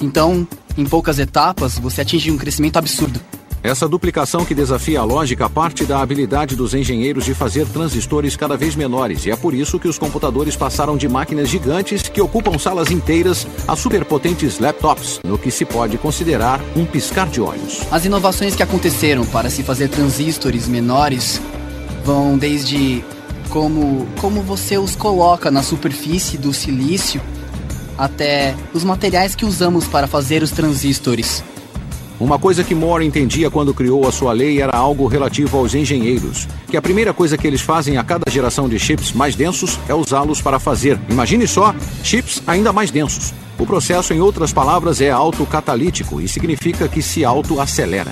Então, em poucas etapas, você atinge um crescimento absurdo. Essa duplicação que desafia a lógica parte da habilidade dos engenheiros de fazer transistores cada vez menores, e é por isso que os computadores passaram de máquinas gigantes que ocupam salas inteiras a superpotentes laptops, no que se pode considerar um piscar de olhos. As inovações que aconteceram para se fazer transistores menores vão desde como, como você os coloca na superfície do silício até os materiais que usamos para fazer os transistores. Uma coisa que Moore entendia quando criou a sua lei era algo relativo aos engenheiros, que a primeira coisa que eles fazem a cada geração de chips mais densos é usá-los para fazer, imagine só, chips ainda mais densos. O processo, em outras palavras, é autocatalítico e significa que se autoacelera.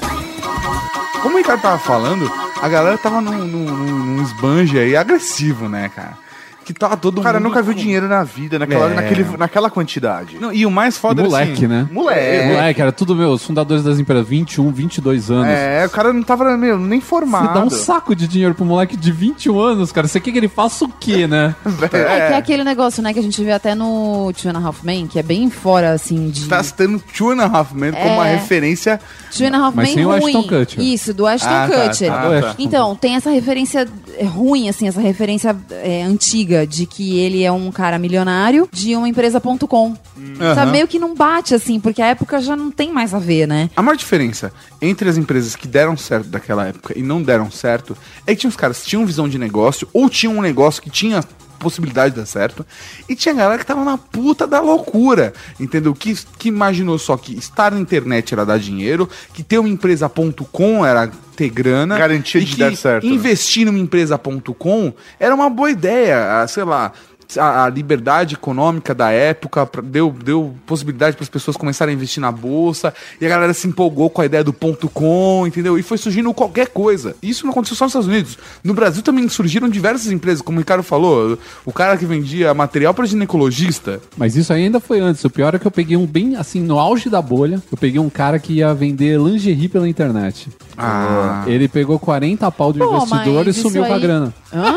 Como o Ricardo tava falando, a galera tava num, num, num- num esbanje aí agressivo, né, cara? Que tava todo Cara, mundo. nunca viu dinheiro na vida, naquela, É. naquele, naquela quantidade. Não, e o mais foda era Moleque, assim, né? Moleque. Moleque, era tudo meu, os fundadores das empresas, 21, 22 anos. É, o cara não tava meu, nem formado. Você dá um saco de dinheiro pro moleque de 21 anos, cara. Você quer que ele faça o quê, né? É. que é aquele negócio, né, que a gente vê até no Two and a Half Men, que é bem fora, assim, de... Tá citando Two and a Half Men como uma É. referência. Two and a Half Mas Men sem o ruim. Ashton Kutcher. Isso, do Ashton Ah, tá, Kutcher. tá, Do tá. Então, tem essa referência é, ruim, assim, essa referência é, antiga de que ele é um cara milionário de uma empresa.com. Hum. Sabe, meio que não bate, assim, porque a época já não tem mais a ver, né? A maior diferença entre as empresas que deram certo daquela época e não deram certo é que tinha os caras que tinham visão de negócio ou tinham um negócio que tinha possibilidade de dar certo e tinha galera que tava na puta da loucura, entendeu? Que, que imaginou só que estar na internet era dar dinheiro, que ter uma empresa.com era ter grana. Garantia e de que dar certo, né? investir numa empresa.com era uma boa ideia, ah, sei lá. A, a liberdade econômica da época pra- deu, deu possibilidade para as pessoas começarem a investir na bolsa e a galera se empolgou com a ideia do ponto com, entendeu? E foi surgindo qualquer coisa. Isso não aconteceu só nos Estados Unidos. No Brasil também surgiram diversas empresas, como o Ricardo falou, o cara que vendia material para ginecologista. Mas isso aí ainda foi antes. O pior é que eu peguei um bem, assim, no auge da bolha. Eu peguei um cara que ia vender lingerie pela internet. Ah. Ele pegou 40 pau do Pô, investidor e mas sumiu isso com a aí- grana.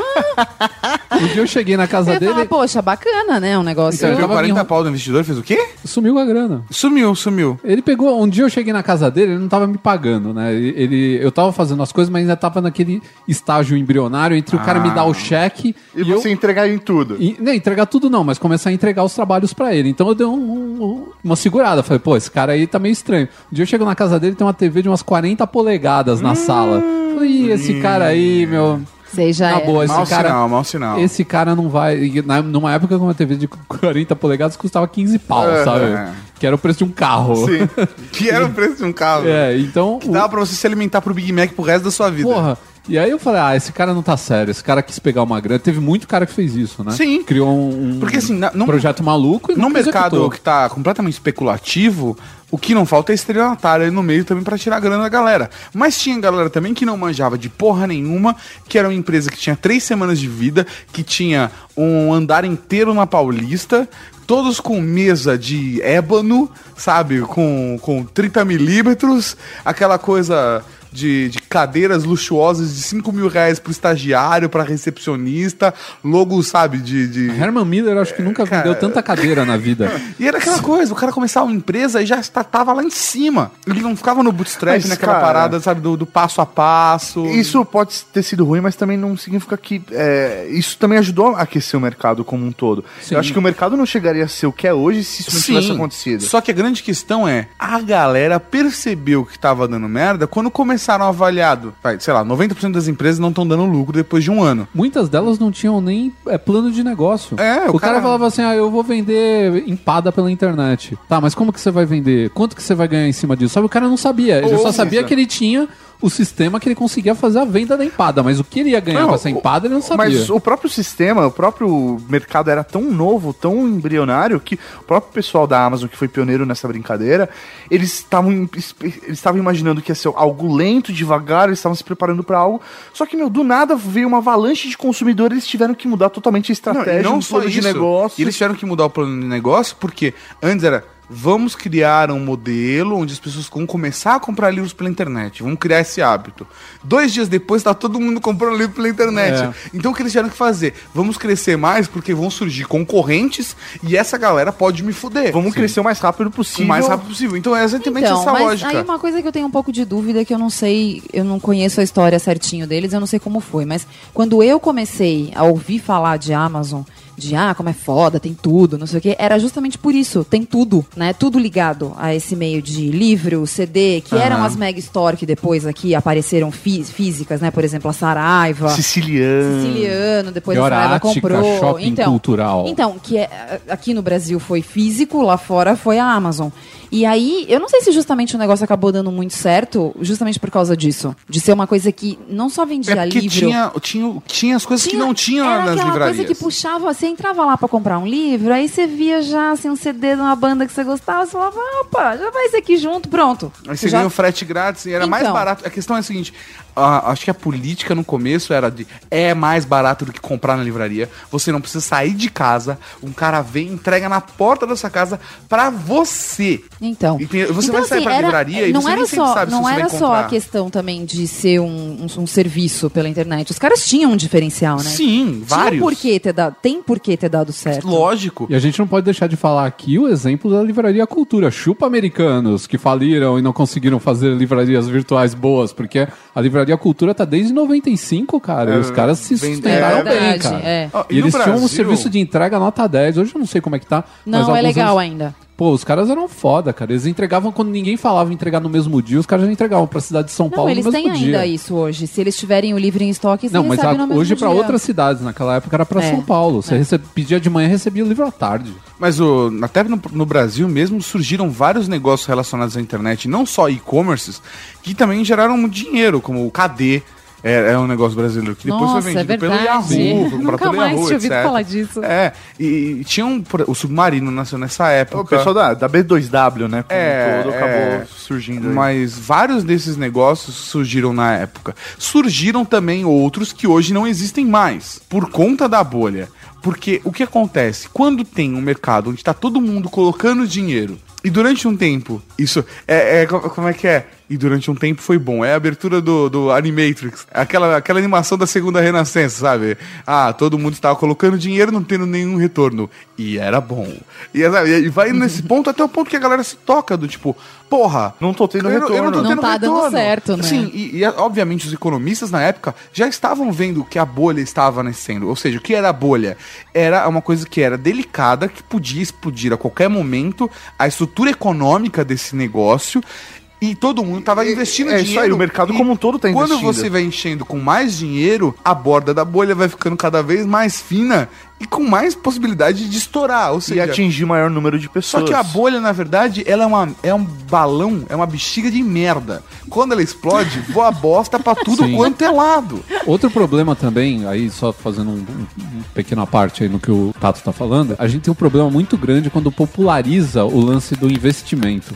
Um dia eu cheguei na Eu casa ia dele, falar, poxa, bacana, né, um negócio. Então, Você eu viu tava 40 me enro- pau do investidor e fez o quê? sumiu com a grana. Sumiu, sumiu. Ele pegou, um dia eu cheguei na casa dele, ele não tava me pagando, né? Ele, ele- eu tava fazendo as coisas, mas ainda tava naquele estágio embrionário entre o cara me dar o cheque E, e, eu você entregar em tudo. E, não, entregar tudo não, mas começar a entregar os trabalhos pra ele. Então eu dei um- um- uma segurada. Falei, pô, esse cara aí tá meio estranho. Um dia eu chego na casa dele, tem uma TV de umas 40 polegadas na sala. Falei, Ih, esse cara aí, meu. Sei, já Na é. boa, Mal esse cara. sinal, mau sinal. Esse cara não vai. e na- numa época que uma TV de 40 polegadas custava 15 pau, É. sabe? Que era o preço de um carro. Sim. que era o preço de um carro. É, então. Que dava pra você se alimentar pro Big Mac pro resto da sua vida. Porra. E aí eu falei, ah, esse cara não tá sério, esse cara quis pegar uma grana. Teve muito cara que fez isso, né? Sim. Criou um, um Porque, assim, na- num- projeto maluco e Num nunca mercado executou. que tá completamente especulativo, o que não falta é estelionatário aí no meio também pra tirar a grana da galera. Mas tinha galera também que não manjava de porra nenhuma, que era uma empresa que tinha três semanas de vida, que tinha um andar inteiro na Paulista, todos com mesa de ébano, sabe? Com, com 30 milímetros, aquela coisa de, de cadeiras luxuosas de 5 mil reais pro estagiário, pra recepcionista, logo, sabe, de- de... Herman Miller acho que nunca É, Cara. vendeu tanta cadeira na vida. E era aquela coisa, o cara começava uma empresa e já está- tava lá em cima. Ele não ficava no bootstrap, Mas, naquela cara, parada, sabe, do, do passo a passo. Isso pode ter sido ruim, mas também não significa que. é, isso também ajudou a aquecer o mercado como um todo. Sim. Eu acho que o mercado não chegaria a ser o que é hoje se isso não tivesse acontecido. Só que a grande questão é, a galera percebeu que tava dando merda quando começaram a avaliar, do- vai, sei lá, 90% das empresas não estão dando lucro depois de um ano. Muitas delas não tinham nem é, plano de negócio. É, o, o cara... cara- falava assim: ah, eu vou vender empada pela internet. Tá, mas como que você vai vender? Quanto que você vai ganhar em cima disso? Sabe, o cara não sabia. Ele Ou só isso. sabia que ele tinha o sistema que ele conseguia fazer a venda da empada, mas o que ele ia ganhar Não, com essa empada ele não sabia. Mas o próprio sistema, o próprio mercado era tão novo, tão embrionário, que o próprio pessoal da Amazon, que foi pioneiro nessa brincadeira, eles estavam em- eles estavam imaginando que ia ser algo lento, devagar, eles estavam se preparando pra algo. Só que, meu, do nada veio uma avalanche de consumidores, eles tiveram que mudar Não, totalmente a estratégia, e não um só plano isso, de negócio. e eles tiveram que mudar o plano de negócio porque antes era vamos criar um modelo onde as pessoas vão começar a comprar livros pela internet, vamos criar esse hábito. Dois dias depois tá todo mundo comprando livro pela internet. É. Então o que eles tiveram que fazer? Vamos crescer mais porque vão surgir concorrentes e essa galera pode me fuder. Vamos crescer o mais rápido o possível. mais rápido possível. Então é exatamente Então, essa mas lógica. aí uma coisa que eu tenho um pouco de dúvida é que eu não sei, eu não conheço a história certinho deles, eu não sei como foi, mas quando eu comecei a ouvir falar de Amazon, de ah, como é foda, tem tudo, não sei o quê, era justamente por isso, tem tudo, né? Tudo ligado a esse meio de livro, CD, que eram as mega store que depois aqui apareceram fí- físicas, né? Por exemplo, a Saraiva. Siciliano. Siciliano, depois a Pior Saraiva ática, comprou. shopping então, cultural. Então, que é- aqui no Brasil foi físico, lá fora foi a Amazon. E aí, eu não sei se justamente o negócio acabou dando muito certo, justamente por causa disso. De ser uma coisa que não só vendia É porque livro. tinha, tinha, tinha as coisas que não tinha era nas aquela livrarias. coisa que puxava, você você entrava lá pra comprar um livro, aí você via já assim, um CD de uma banda que você gostava, você falava, "Ah, opa, já vai esse aqui junto, pronto. Aí você já... ganha o frete grátis e era mais Então. barato. A questão é a seguinte: a- acho que a política no começo era de é mais barato do que comprar na livraria. Você não precisa sair de casa. Um cara vem, entrega na porta da sua casa pra você. Então. E tem- você então, vai sair assim, pra era- livraria e não você era nem sempre só, sabe se Não você era vai só comprar. a questão também de ser um, um- um serviço pela internet. Os caras tinham um diferencial, né? Sim, Tinha né? vários. por que ter dado, tem por que ter dado certo. Lógico. E a gente não pode deixar de falar aqui o exemplo da Livraria Cultura. Chupa americanos que faliram e não conseguiram fazer livrarias virtuais boas, porque a Livraria Cultura tá desde 95, cara. e os caras se vem- sustentaram é bem, verdade, cara. é. Ó, e E, no eles tinham um Brasil? serviço de entrega nota 10. Hoje eu não sei como é que tá. mas Não é alguns legal anos- ainda. Pô, os caras eram foda, cara. Eles entregavam quando ninguém falava em entregar no mesmo dia, os caras já entregavam pra cidade de São Não, Paulo eles no mesmo têm dia. ainda isso hoje. Se eles tiverem o livro em estoque, eles Não, mas recebem a- no mesmo hoje pra dia. outras cidades. Naquela época era pra É, São Paulo. Você recebe- pedia de manhã e recebia o livro à tarde. Mas o- até no, no Brasil mesmo surgiram vários negócios relacionados à internet, não só e-commerces, que também geraram muito dinheiro, como o KD. É, é um negócio brasileiro que depois Nossa, foi é vendido pelo verdade. Yahoo, foi comprado Nunca pelo mais Yahoo, tinha ouvido etc. falar disso. É, e, e tinha um, por- o Submarino nasceu nessa época. O pessoal da, da B2W, né? Como É, um todo, acabou é. surgindo aí. Mas vários desses negócios surgiram na época. Surgiram também outros que hoje não existem mais, por conta da bolha. Porque o que acontece? Quando tem um mercado onde está todo mundo colocando dinheiro e durante um tempo, isso é, é- co- como é que é? E durante um tempo foi bom. É a abertura do, do Animatrix. Aquela, aquela animação da segunda renascença, sabe? Ah, todo mundo estava colocando dinheiro, não tendo nenhum retorno. E era bom. E, sabe, e vai nesse ponto até o ponto que a galera se toca do tipo, porra, Não tô tendo eu, eu não tô retorno. Não tendo tá dando retorno. certo, né? Sim, e, e, obviamente os economistas na época já estavam vendo que a bolha estava nascendo. Ou seja, o que era a bolha? Era uma coisa que era delicada, que podia explodir a qualquer momento a estrutura econômica desse negócio. E todo mundo estava investindo é dinheiro. isso aí, o mercado E como um todo tá Quando investindo. você vai enchendo com mais dinheiro, a borda da bolha vai ficando cada vez mais fina e com mais possibilidade de estourar. Ou E seja, atingir o maior número de só pessoas. que a bolha, na verdade, ela é, uma, é um balão, é uma bexiga de merda. Quando ela explode, voa bosta pra tudo Sim. quanto é lado. Outro problema também, aí só fazendo um, um- um pequena parte aí no que o Tato tá falando, a gente tem um problema muito grande quando populariza o lance do investimento.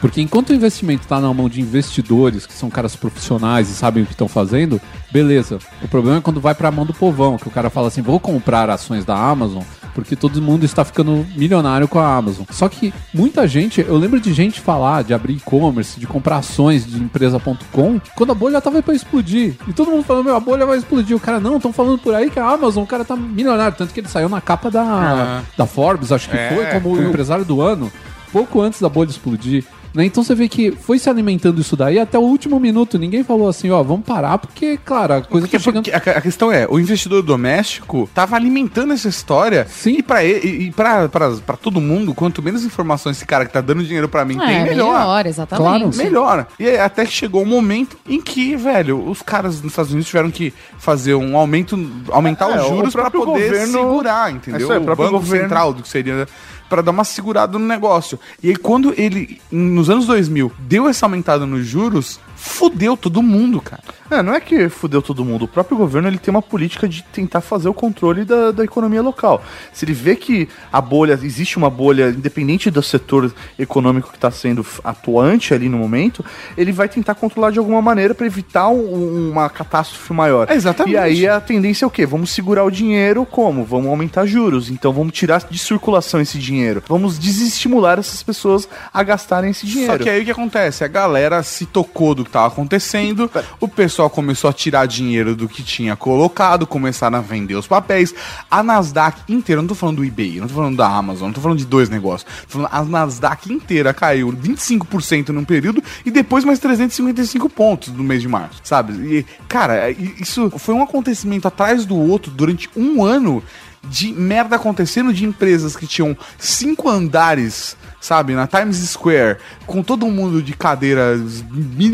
Porque enquanto o investimento tá na mão de investidores, que são caras profissionais e sabem o que estão fazendo, beleza. O problema é quando vai pra mão do povão, que o cara fala assim, vou comprar ações da Amazon, porque todo mundo está ficando milionário com a Amazon. Só que muita gente, eu lembro de gente falar de abrir e-commerce, de comprar ações de empresa.com, quando a bolha tava pra explodir. E todo mundo falando, meu, a bolha vai explodir. O cara, não, estão falando por aí que a Amazon, o cara tá milionário. Tanto que ele saiu na capa da, Ah. da Forbes, acho É. que foi, como o empresário do ano, pouco antes da bolha explodir. Né? Então você vê que foi se alimentando isso daí até o último minuto. Ninguém falou assim, ó, vamos parar, porque, claro, a coisa Porque, tá chegando. porque a, a questão é, o investidor doméstico tava alimentando essa história. Sim. E pra, ele- e, e pra, pra, pra todo mundo, quanto menos informações esse cara que tá dando dinheiro pra mim tem, É, melhor. melhor, exatamente. Claro. Melhor. E aí, até que chegou um momento em que, velho, os caras nos Estados Unidos tiveram que fazer um aumento, aumentar É, os o juros pra próprio poder governo- É segurar, entendeu? Isso aí, o o próprio Banco governo- Central, do que seria né, pra dar uma segurada no negócio. E aí, quando ele, nos anos 2000, deu essa aumentada nos juros, fudeu todo mundo, cara. É, não é que fudeu todo mundo. O próprio governo ele tem uma política de tentar fazer o controle da, da economia local. Se ele vê que a bolha, existe uma bolha, independente do setor econômico que está sendo f- atuante ali no momento, ele vai tentar controlar de alguma maneira para evitar um- uma catástrofe maior. É, exatamente. E aí a tendência é o quê? Vamos segurar o dinheiro como? Vamos aumentar juros. Então vamos tirar de circulação esse dinheiro. Vamos desestimular essas pessoas a gastarem esse dinheiro. Só que aí o que acontece? A galera se tocou do que tava acontecendo, o pessoal começou a tirar dinheiro do que tinha colocado, começaram a vender os papéis. A Nasdaq inteira, eu não tô falando do eBay, eu não tô falando da Amazon, eu não tô falando de dois negócios. Tô falando, a Nasdaq inteira caiu 25% num período e depois mais 355 pontos no mês de março, sabe? E, cara, i- isso foi um acontecimento atrás do outro durante um ano de merda acontecendo de empresas que tinham cinco andares, sabe, na Times Square, com todo mundo de cadeiras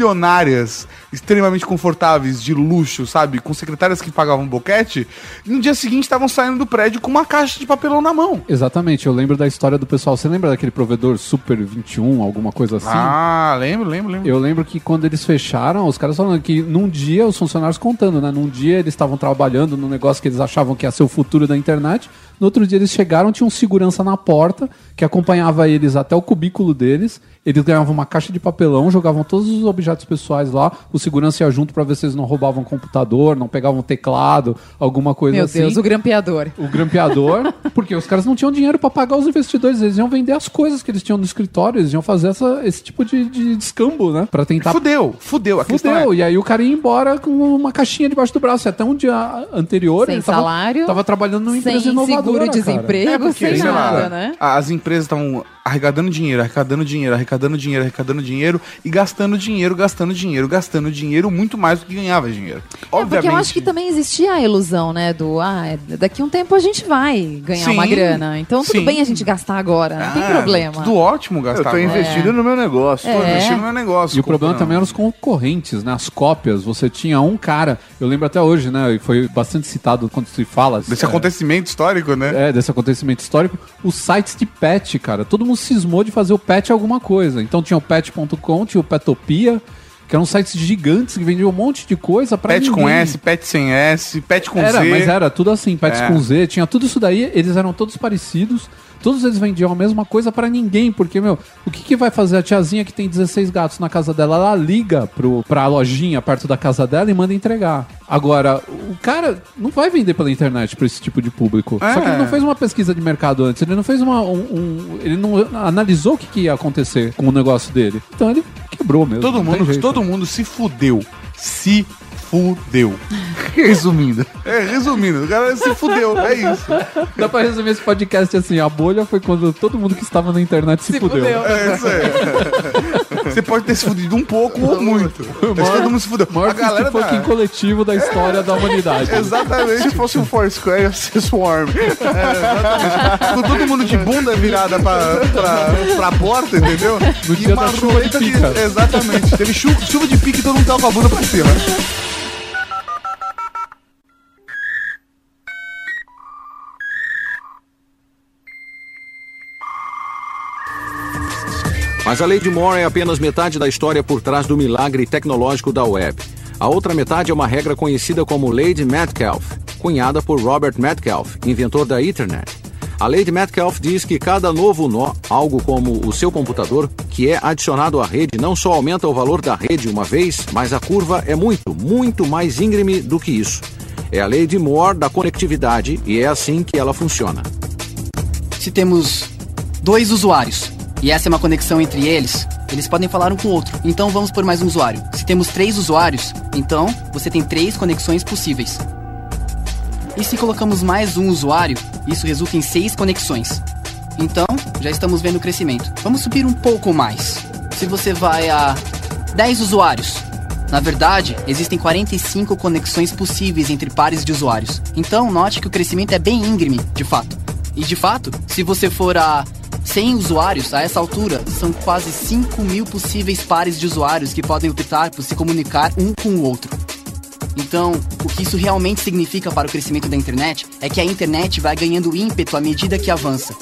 milionárias, extremamente confortáveis, de luxo, sabe, com secretárias que pagavam boquete, e no dia seguinte estavam saindo do prédio com uma caixa de papelão na mão. Exatamente, eu lembro da história do pessoal. Você lembra daquele provedor Super 21, alguma coisa assim? Ah, lembro, lembro, lembro. Eu lembro que quando eles fecharam, os caras falando que num dia, os funcionários contando, né? Num dia eles estavam trabalhando num negócio que eles achavam que ia ser o futuro da internet. No outro dia eles chegaram, tinha um segurança na porta que acompanhava eles até o cubículo deles. Eles ganhavam uma caixa de papelão, jogavam todos os objetos pessoais lá. O segurança ia junto pra ver se eles não roubavam computador, não pegavam teclado, alguma coisa Meu assim Deus, o grampeador. o grampeador, porque os caras não tinham dinheiro pra pagar os investidores, eles iam vender as coisas que eles tinham no escritório, eles iam fazer essa- esse tipo de, de descambo, né? Pra tentar. Fudeu, fudeu. A questão é, Fudeu, e aí o cara ia embora com uma caixinha debaixo do braço. E Até um dia anterior, Sem ele tava, salário, tava trabalhando numa empresa Sem inovadora. seguro-desemprego, É porque, sem sei lá, nada, né? As empresas estavam arrecadando dinheiro, arrecadando dinheiro, arrecadando dinheiro, arrecadando dinheiro e gastando dinheiro, gastando dinheiro, gastando dinheiro muito mais do que ganhava dinheiro. É, porque eu acho que também existia a ilusão, né? Do, ah, é- daqui um tempo a gente vai ganhar Sim, uma grana. Então tudo sim. bem a gente gastar agora, não tem Ah, problema. Tudo ótimo É. Eu gastar. tô agora. investindo no meu negócio. Tô É. investindo no meu negócio. E o problema também é eram os concorrentes, né? As cópias. Você tinha um cara, eu lembro até hoje, né? E foi bastante citado quando se fala. Desse é, acontecimento histórico, né? É, desse acontecimento histórico, os sites de pet, cara. Todo mundo cismou de fazer o pet alguma coisa. Então tinha o pet.com, tinha o Petopia, que eram sites gigantes que vendiam um monte de coisa pra Pet com ninguém. S, pet sem S, pet com Era, Z. mas era tudo assim, pets É. com Z, tinha tudo isso daí, eles eram todos parecidos, todos eles vendiam a mesma coisa pra ninguém, porque, meu, o que, que vai fazer a tiazinha que tem 16 gatos na casa dela? Ela liga pro, pra lojinha perto da casa dela e manda entregar. Agora, o cara não vai vender pela internet pra esse tipo de público. Só que ele não É. fez uma pesquisa de mercado antes, ele não fez uma. um- um- ele não analisou o que, que ia acontecer com o negócio dele. Então ele quebrou mesmo. Todo não tem mundo, jeito. todo mundo se fudeu. Se fudeu. Resumindo. É, resumindo, o cara se fudeu. É isso. Dá pra resumir esse podcast assim: a bolha foi quando todo mundo que estava na internet se, fudeu. É isso aí. Você pode ter se fudido um pouco ou muito. Mas todo mundo se fudeu. maior fucking tá- coletivo da história da humanidade. Exatamente. Se fosse um Foursquare, ia ser Swarm. Ficou todo mundo de bunda é virada pra, pra, pra porta, entendeu? No dia da chuva de roleta pica. Exatamente. Teve chu- chuva de pique e todo mundo tava com a bunda pra cima. Mas a lei de Moore é apenas metade da história por trás do milagre tecnológico da web. A outra metade é uma regra conhecida como Lei de Metcalf, cunhada por Robert Metcalf, inventor da Ethernet. A Lei de Metcalf diz que cada novo nó, algo como o seu computador, que é adicionado à rede, não só aumenta o valor da rede uma vez, mas a curva é muito, muito mais íngreme do que isso. É a lei de Moore da conectividade e é assim que ela funciona. Se temos dois usuários e essa é uma conexão entre eles, eles podem falar um com o outro. Então vamos por mais um usuário. Se temos três usuários, então você tem três conexões possíveis. E se colocamos mais um usuário, isso resulta em seis conexões. Então, já estamos vendo o crescimento. Vamos subir um pouco mais. Se você vai a 10 usuários. Na verdade, existem 45 conexões possíveis entre pares de usuários. Então, note que o crescimento é bem íngreme, de fato. E de fato, se você for a 100 usuários, a essa altura, são quase 5 mil possíveis pares de usuários que podem optar por se comunicar um com o outro. Então, o que isso realmente significa para o crescimento da internet é que a internet vai ganhando ímpeto à medida que avança.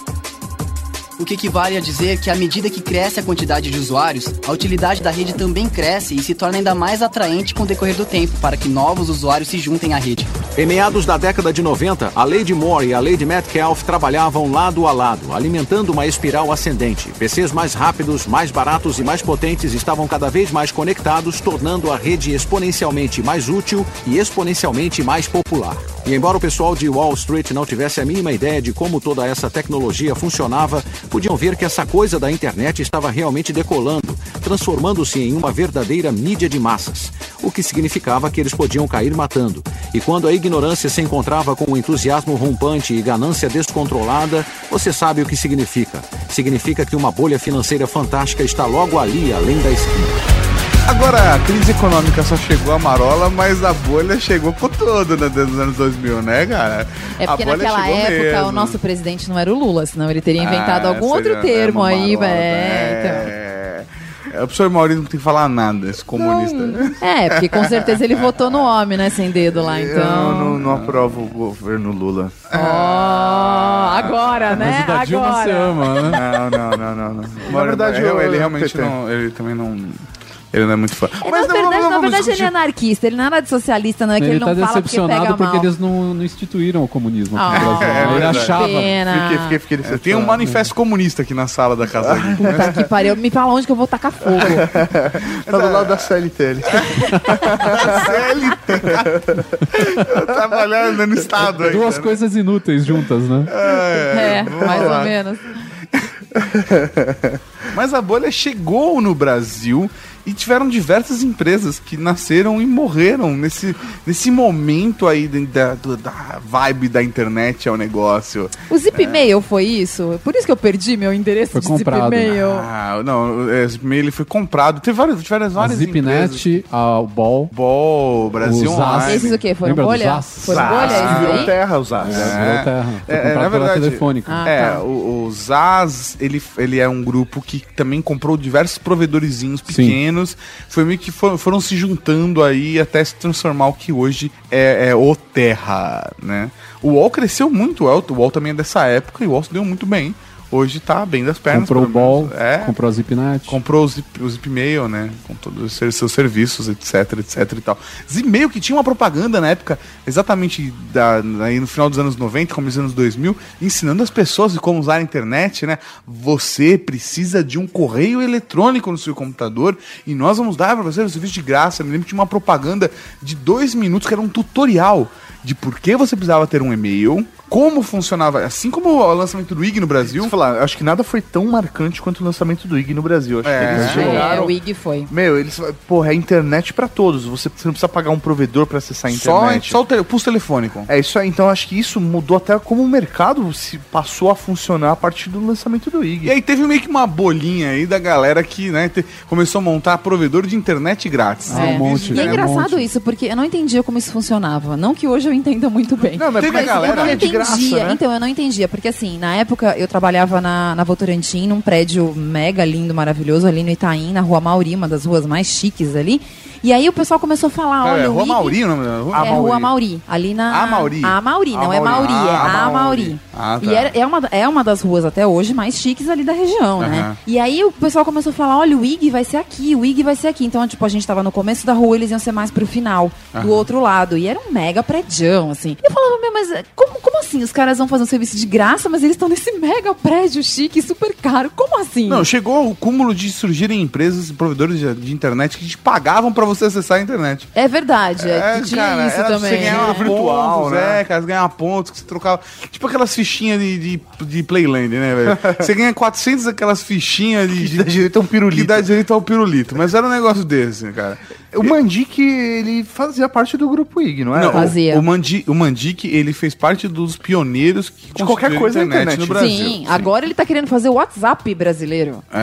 O que equivale a dizer que à medida que cresce a quantidade de usuários, a utilidade da rede também cresce e se torna ainda mais atraente com o decorrer do tempo para que novos usuários se juntem à rede. Em meados da década de 90, a Lady Moore e a Lady Metcalf trabalhavam lado a lado, alimentando uma espiral ascendente. PCs mais rápidos, mais baratos e mais potentes estavam cada vez mais conectados, tornando a rede exponencialmente mais útil e exponencialmente mais popular. E embora o pessoal de Wall Street não tivesse a mínima ideia de como toda essa tecnologia funcionava, podiam ver que essa coisa da internet estava realmente decolando, transformando-se em uma verdadeira mídia de massas, o que significava que eles podiam cair matando. E quando a ignorância se encontrava com o entusiasmo rompante e ganância descontrolada, você sabe o que significa. Significa que uma bolha financeira fantástica está logo ali, além da esquina. Agora, a crise econômica só chegou a marola, mas a bolha chegou com todo né, nos anos 2000, né, cara? É porque a bolha naquela chegou época mesmo. o nosso presidente não era o Lula, senão ele teria inventado Ah, algum seria- outro termo é uma né? aí, marola, velho. É, É, o professor Maurício não tem que falar nada, esse comunista. então. é, porque com certeza ele votou no homem, né? Sem dedo lá, Eu então. não, não aprovo o governo Lula. Ó, agora, né? Mas o da Dilma se Agora. ama, né? Não, não, não, não. não. Na verdade, eu- é ele realmente PT. não. Ele também não. Ele não é muito fã. É, Mas não, na vamos- verdade, na vamos verdade ele é discutir. anarquista, ele não é nada de socialista, não é que ele, ele tá não fala porque decepcionado pega porque, mal. eles não, não instituíram o comunismo aqui Ah, no Brasil. né? é ele verdade. achava. Pena. Fiquei, fiquei, É, tem fiquei um decepcionado. manifesto comunista aqui na sala da casa. Geek, né? Puta que pariu, me fala onde que eu vou tacar fogo. Tá do lado da CLT ali. CLT. Trabalhando no Estado ainda. né? Duas coisas inúteis juntas, né? é, vamos mais lá. ou menos. Mas a bolha chegou no Brasil e tiveram diversas empresas que nasceram e morreram nesse, nesse momento aí de- da, do- da vibe da internet ao negócio. O Zip Mail foi isso? Por isso que eu perdi meu endereço Foi de comprado. né? Zip Mail. Ah, não, é, ele foi comprado. Teve várias, tiveram A várias empresas. Zipnet, a Ball. Bol, Brasil Os As. Online. Esses o quê? Foram Lembra do bolha? Zaz? Foram Zaz. bolha Virou esses aí? terra os aços. É. Virou terra. Foi É, é, comprado na pela verdade, Telefônica. Ah, é, tá. o, o Zaz, ele, ele é um grupo que também comprou diversos provedorzinhos pequenos. Foi meio que for- foram se juntando aí até se transformar o que hoje é, é o Terra, né? O UOL cresceu muito, o UOL, o UOL também é dessa época e o UOL se deu muito bem. Hoje tá bem das pernas. Comprou o pelo menos. Ball, É, comprou a Zipnet. comprou o, Zip, o Zipmail, né? Com todos os seus, seus serviços, etc, etc e tal. Zipmail que tinha uma propaganda na época, exatamente da, aí no final dos anos 90, começo dos anos 2000, ensinando as pessoas de como usar a internet, né? Você precisa de um correio eletrônico no seu computador e nós vamos dar para você o serviço de graça. Eu me lembro que tinha uma propaganda de dois minutos que era um tutorial de por que você precisava ter um e-mail, como funcionava, assim como o lançamento do IG no Brasil. Preciso falar, acho que nada foi tão marcante quanto o lançamento do IG no Brasil. Acho É. que eles É, chegaram. o IG foi. Meu, eles. Porra, é internet pra todos. Você, você não precisa pagar um provedor pra acessar a Só, internet. só o tele, pulso telefônico. É isso aí. Então acho que isso mudou até como o mercado se passou a funcionar a partir do lançamento do IG. E aí teve meio que uma bolinha aí da galera que, né, te- começou a montar provedor de internet grátis. Ah, um Serviço monte, de E é né? internet. engraçado monte. isso, porque eu não entendia como isso funcionava. Não que hoje eu entenda muito bem. Não, mas Teve porque a isso galera- eu não é de entendia. graça, né? Então, eu não entendia. Porque, assim, na época eu trabalhava na, na Votorantim, num prédio mega lindo, maravilhoso, ali no Itaim, na Rua Mauri, uma das ruas mais chiques ali. E aí o pessoal começou a falar, Cara, olha, é o Rua Wiki- Mauri o nome da rua? é Rua Mauri, ali na... A Mauri. A Mauri, não é Amauri. Mauri, é Ah, A Amauri. Mauri. Ah, tá. E era- é, uma, é uma das ruas até hoje mais chiques ali da região, Aham. né? E aí o pessoal começou a falar, olha, o IG vai ser aqui, o IG vai ser aqui. Então, tipo, a gente tava no começo da rua, eles iam ser mais pro final, do outro lado. E era um mega prédio, assim. E eu falava, meu, mas é, como, como assim? Os caras vão fazer um serviço de graça, mas eles estão nesse mega prédio chique, super caro. Como assim? Não, chegou o cúmulo de surgirem empresas e provedores de, de internet que te pagavam pra você acessar a internet. É verdade, é, que tinha era isso pra também. Você ganhava né? Virtual, pontos, né? é, cara, você ganhava pontos que você trocava. Tipo aquelas fichinhas de, de, de Playland, né, velho? você ganha 400 aquelas fichinhas de, Que dá direito a um pirulito. Que dá direito ao pirulito. Mas era um negócio desse, cara. O Mandic, ele fazia parte do grupo IG, não é? Não, Fazia. O, o, Mandi, o Mandic, ele fez parte dos pioneiros que De qualquer construíram coisa na internet. no Brasil. Sim, agora ele tá querendo fazer o WhatsApp brasileiro. É.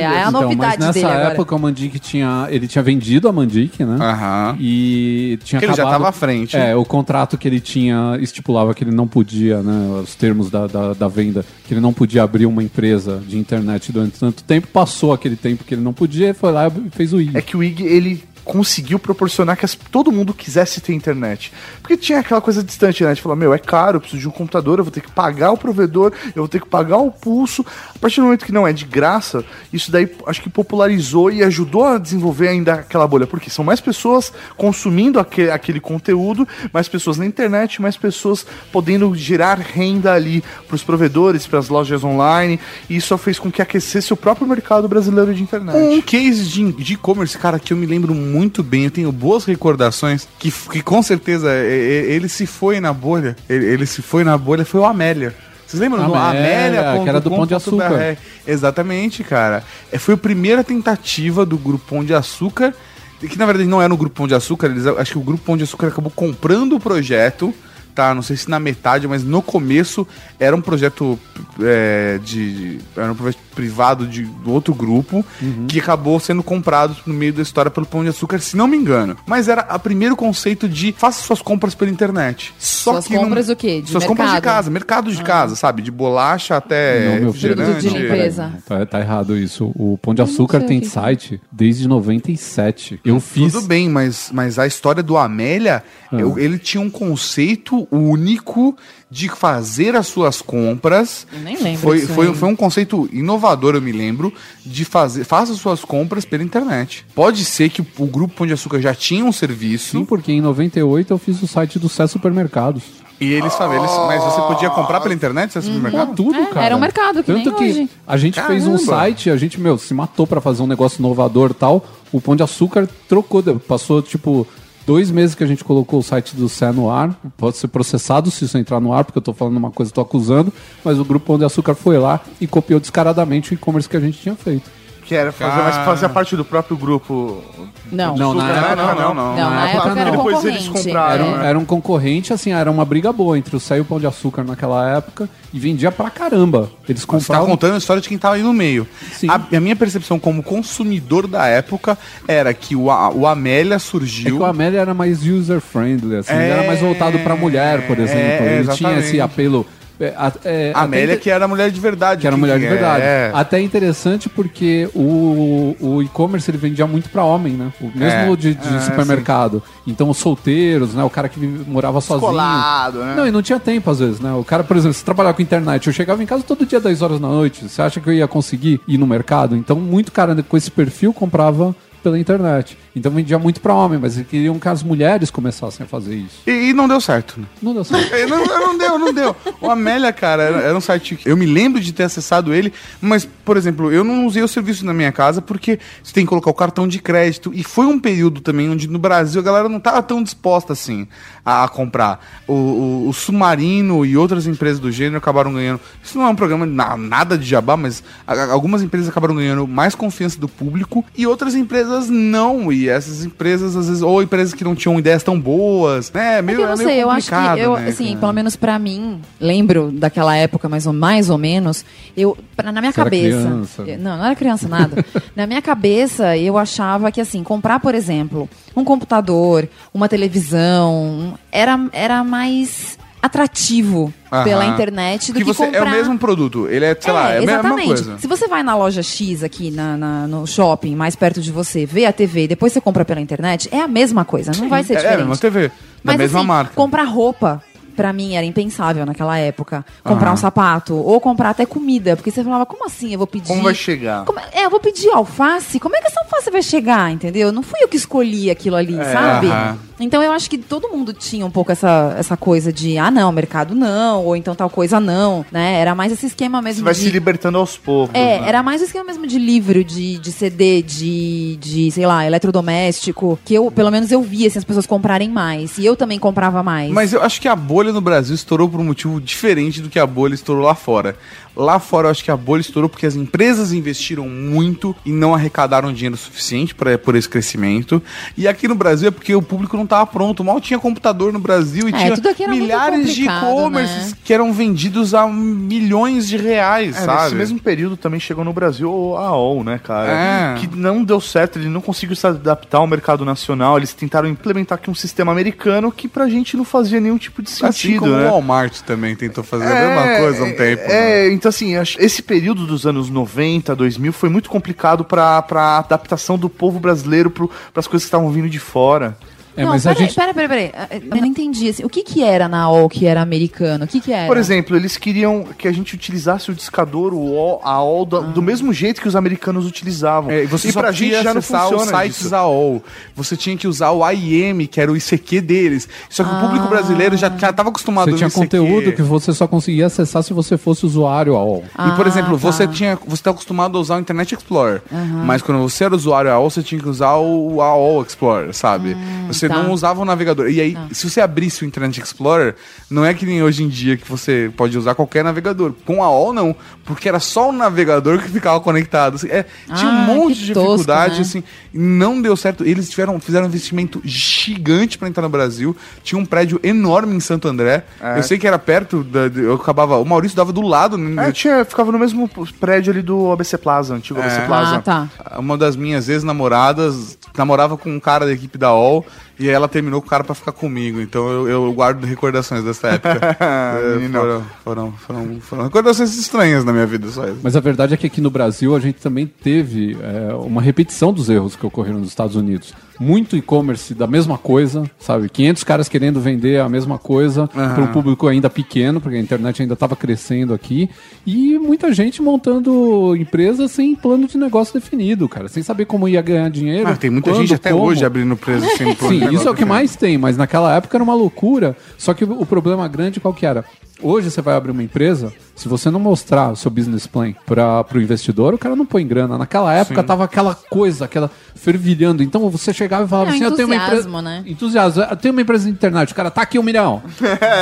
é, é a novidade Então, mas nessa dele agora. época o Mandic tinha. Ele tinha vendido a Mandic, né? Aham. E tinha Porque ele já acabado- tava à frente. É, o contrato que ele tinha estipulava que ele não podia, né? Os termos da, da, da venda, que ele não podia abrir uma empresa de internet durante tanto tempo. Passou aquele tempo que ele não podia, foi lá e fez o I. é que o IG, ele conseguiu proporcionar que as- todo mundo quisesse ter internet. Porque tinha aquela coisa distante, né? De falar, meu, é caro, eu preciso de um computador, eu vou ter que pagar o provedor, eu vou ter que pagar o pulso. A partir do momento que não é de graça, isso daí acho que popularizou e ajudou a desenvolver ainda aquela bolha. Porque são mais pessoas consumindo aque- aquele conteúdo, mais pessoas na internet, mais pessoas podendo gerar renda ali pros provedores, pras lojas online. E isso só fez com que aquecesse o próprio mercado brasileiro de internet. Um case de de e-commerce, cara, que eu me lembro muito bem, eu tenho boas recordações, que, f- que com certeza é- é- ele se foi na bolha. Ele, ele se foi na bolha, foi o Amélia. Vocês lembram do Amélia, Amélia? que era do Pão de Açúcar. .com.br? É, Exatamente, cara. É, Foi a primeira tentativa do Grupo Pão de Açúcar, que na verdade não era no Grupo Pão de Açúcar, eles, acho que o Grupo Pão de Açúcar acabou comprando o projeto, tá? Não sei se na metade, mas no começo era um projeto é, de, de- era um projeto privado de do outro grupo, que acabou sendo comprado no meio da história pelo Pão de Açúcar, se não me engano. Mas era o primeiro conceito de faça suas compras pela internet. Só Suas que não- compras o quê? De suas compras de mercado? casa, mercado de casa, Ah. sabe? De bolacha até Não, meu filho, Produto refrigerante. de limpeza. não, tá, tá errado isso. O Pão de Açúcar sei o tem que é. que- site desde 97. Eu fiz. Tudo bem, mas, mas a história do Amélia, Ah. eu- ele tinha um conceito único de fazer as suas compras. Eu nem lembro Foi, disso foi, aí. foi um conceito Salvador, eu me lembro, de fazer. Faça suas compras pela internet. Pode ser que o, o grupo Pão de Açúcar já tinha um serviço Sim, porque em 98 eu fiz o site do Cé Supermercados. e eles faziam. eles- mas você podia comprar Ah. pela internet, você ia ao Pra supermercado? tudo, É, cara. era um mercado que Tanto nem que hoje. a gente fez um Caramba. site, a gente, meu, se matou pra fazer um negócio inovador e tal. O Pão de Açúcar trocou, de- passou, tipo, dois meses que a gente colocou o site do Cé no ar. Pode ser processado se isso entrar no ar, porque eu tô falando uma coisa, tô acusando. Mas o Grupo Pão de Açúcar foi lá e copiou descaradamente o e-commerce que a gente tinha feito. Que era fazer, mas fazia parte do próprio grupo. Não. Não, na Ah, época não, não, não. Não, na época era um Depois eles concorrente, compraram, é. né? Era um concorrente, assim, era uma briga boa entre o Cé e o Pão de Açúcar naquela época. E vendia pra caramba. Eles Você tá compravam... contando a história de quem tava aí no meio. Sim. A, a minha percepção como consumidor da época era que o, A- o Amélia É que surgiu. o Amélia era mais user-friendly, assim, É, ele era mais voltado pra mulher, por exemplo. é, ele tinha exatamente. esse apelo. é, a- é, A Amélia, até que era mulher de verdade. que era mulher de é, verdade. é. Até interessante porque o, o e-commerce ele vendia muito pra homem, né? O mesmo É, de, de é, supermercado. Então os solteiros, né? O cara que vive- morava sozinho. Descolado, né? Não, e não tinha tempo às vezes, né? O cara, por exemplo, se trabalhava com internet, eu chegava em casa todo dia 10 horas da noite. Você acha que eu ia conseguir ir no mercado? Então muito cara com esse perfil comprava pela internet. Então vendia muito pra homem, mas eles queriam que as mulheres começassem a fazer isso. E, e não deu certo. né? Não deu certo. É, Não, não deu, não deu. O Amélia, cara, era, era um site que eu me lembro de ter acessado ele, mas, por exemplo, eu não usei o serviço na minha casa porque você tem que colocar o cartão de crédito. E foi um período também onde no Brasil a galera não tava tão disposta assim a, a comprar. O, o- o Submarino e outras empresas do gênero acabaram ganhando. Isso não é um programa na- nada de jabá, mas a- a- algumas empresas acabaram ganhando mais confiança do público e outras empresas não. E essas empresas, às vezes, ou empresas que não tinham ideias tão boas, né? É Meio, que eu é não meio sei, eu acho complicado, que eu, né, assim, cara? pelo menos pra mim, lembro daquela época mais ou mais ou menos, eu pra, na minha Você era cabeça, criança? eu- não, não era criança nada. na minha cabeça, eu achava que assim, comprar, por exemplo, um computador, uma televisão, um, era era mais atrativo Aham. pela internet do que que, você comprar é o mesmo produto. Ele é, sei lá, é a mesma exatamente. coisa. Se você vai na loja X aqui na, na- no shopping, mais perto de você, vê a TV e depois você compra pela internet, é a mesma coisa, não vai ser é, é a diferente. mesma TV, da Mas, mesma assim, marca. comprar roupa, pra mim, era impensável naquela época. Comprar Aham. um sapato, ou comprar até comida, porque você falava, como assim eu vou pedir... Como vai chegar? Como- É, eu vou pedir alface, como é que essa alface vai chegar, entendeu? Não fui eu que escolhi aquilo ali, sabe? É, aham. Então eu acho que todo mundo tinha um pouco essa, essa coisa de, ah não, mercado não, ou então tal coisa não, né? Era mais esse esquema Você mesmo vai de... se libertando aos poucos. É, né? era mais o esquema mesmo de livro, de, de CD, de, de, sei lá, eletrodoméstico. Que eu, pelo menos, eu via assim, as pessoas comprarem mais. E eu também comprava mais. Mas eu acho que a bolha no Brasil estourou por um motivo diferente do que a bolha estourou lá fora. Lá fora eu acho que a bolha estourou porque as empresas investiram muito e não arrecadaram dinheiro suficiente para por esse crescimento. E aqui no Brasil é porque o público não estava pronto, mal tinha computador no Brasil e É, tinha tudo aqui era muito milhares de complicado, e-commerces né? que eram vendidos a milhões de reais, É, sabe? Nesse mesmo período também chegou no Brasil a AOL, né, cara? É. Que não deu certo, ele não conseguiu se adaptar ao mercado nacional. Eles tentaram implementar aqui um sistema americano que pra gente não fazia nenhum tipo de sentido, assim como né? o Walmart também tentou fazer a mesma coisa há um tempo. né? É, então assim, acho- esse período dos anos 90, 2000 foi muito complicado pra, pra adaptação do povo brasileiro pro, pras coisas que estavam vindo de fora. É, não, mas a peraí, gente. peraí, peraí, peraí. Eu não entendi. Assim, o que que era na OL que era americano? O que que era? Por exemplo, eles queriam que a gente utilizasse o discador, o O, a O, do, do mesmo jeito que os americanos utilizavam. É, e você só pra podia gente já não acessar funciona os sites isso. AOL. Você tinha que usar o IM, que era o ICQ deles. Só que o público brasileiro já estava acostumado Você tinha no ICQ. conteúdo que você só conseguia acessar se você fosse usuário AOL. E, por Ah, exemplo, você tá. tinha você tá acostumado a usar o Internet Explorer. Mas quando você era usuário AOL, você tinha que usar o AOL Explorer, sabe? você tá. não usava o navegador. E aí, se você abrisse o Internet Explorer, não é que nem hoje em dia que você pode usar qualquer navegador. Com AOL, não. Porque era só o navegador que ficava conectado. assim, é, tinha um Ah, monte que de tosco, dificuldade, né? assim. Não deu certo. Eles tiveram, fizeram um investimento gigante pra entrar no Brasil. Tinha um prédio enorme em Santo André. Eu sei que era perto, da, de- eu acabava... O Maurício dava do lado. É, tinha, ficava no mesmo prédio ali do ABC Plaza, antigo ABC Plaza. Ah, tá. Uma das minhas ex-namoradas namorava com um cara da equipe da OL e aí ela terminou com o cara pra ficar comigo. Então eu, eu guardo recordações dessa época. É, Menino. foram, foram, foram, foram recordações estranhas na minha vida, só isso. Mas a verdade é que aqui no Brasil a gente também teve é, uma repetição dos erros que ocorreram nos Estados Unidos. muito e-commerce da mesma coisa, sabe? 500 caras querendo vender a mesma coisa para um público ainda pequeno, porque a internet ainda estava crescendo aqui, e muita gente montando empresa sem plano de negócio definido, cara, sem saber como ia ganhar dinheiro. Ah, tem muita quando, gente até como. hoje abrindo preso sem plano de Sim, isso é o negócio, que cara. mais tem, mas naquela época era uma loucura. Só que o o problema grande qual que era? Hoje você vai abrir uma empresa, se você não mostrar o seu business plan para o investidor, o cara não põe grana. Naquela época tava aquela coisa, aquela fervilhando. Então você chegava e falava É, assim, eu tenho uma empresa... entusiasmo, né? Entusiasmo, eu tenho uma empresa de internet. O cara, tá aqui um milhão.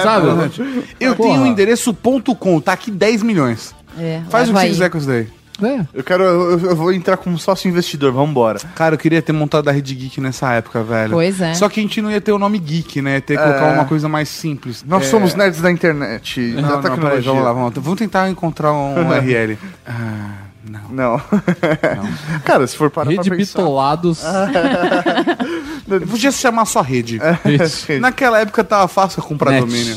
Sabe? Eu Porra. tenho um endereço.com, tá aqui 10 milhões. É, Faz o que Havaí. você quiser com isso daí. É. Eu quero. Eu, eu vou entrar como sócio investidor, vambora. Cara, eu queria ter montado a Rede Geek nessa época, velho. Pois é. Só que a gente não ia ter o nome Geek, né? Ia ter que colocar É. uma coisa mais simples. É. Nós somos nerds da internet, Não, da não, peraí, tecnologia. vamos lá, vamos lá. Vamos tentar encontrar um URL. Ah, não. Não. Cara, se for parar Rede pra pensar... Bitolados. Ah, Eu podia se chamar só Rede. É, Isso. Naquela época tava fácil comprar Net. domínio.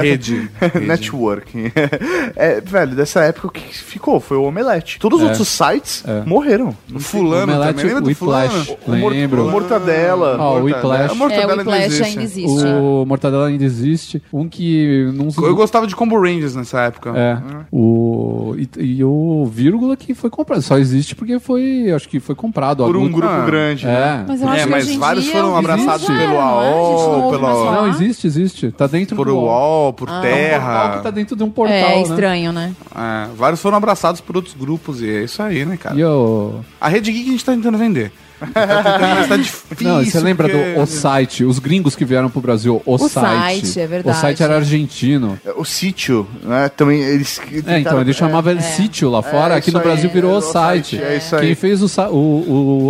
Rede. Rede. Networking. É, velho, dessa época o que ficou foi o Omelete. Todos os É. outros sites É. morreram. Fulano Omelete, também. Lembra do Whiplash. Fulano? O mor- Lembro. O Mortadela. Ah, o Mortadela. Whiplash. A É, Mortadela o não Flash ainda existe. existe. O Mortadela ainda existe. Um que... Não, Eu gostava de Combo Rangers nessa época. É. Hum. O, e, e o vírgula que foi comprado. Só existe porque foi. Acho que foi comprado. Por um algum- grupo Ah. grande. né? É. Mas eu É, acho que mas hoje em vários dia foram o abraçados business já pelo era, não é? A gente não AOL, ouve mais pelo- falar. Não, existe, existe. Tá dentro Por do UOL, por É um portal Terra. que tá dentro de um portal. É né? estranho, né? É, vários foram abraçados por outros grupos e é isso aí, né, cara? E o- A Rede Geek a gente tá tentando vender. Tá tentando, mas tá difícil. Não, e você lembra porque- é- do O Site? Os gringos que vieram pro Brasil, O, Site, é verdade. O Site era argentino. O sítio, né? Também eles. É, então ele chamava El Sítio lá fora. É, Aqui isso no Brasil aí, virou é, O Site. é isso aí. Quem fez o, sa- o,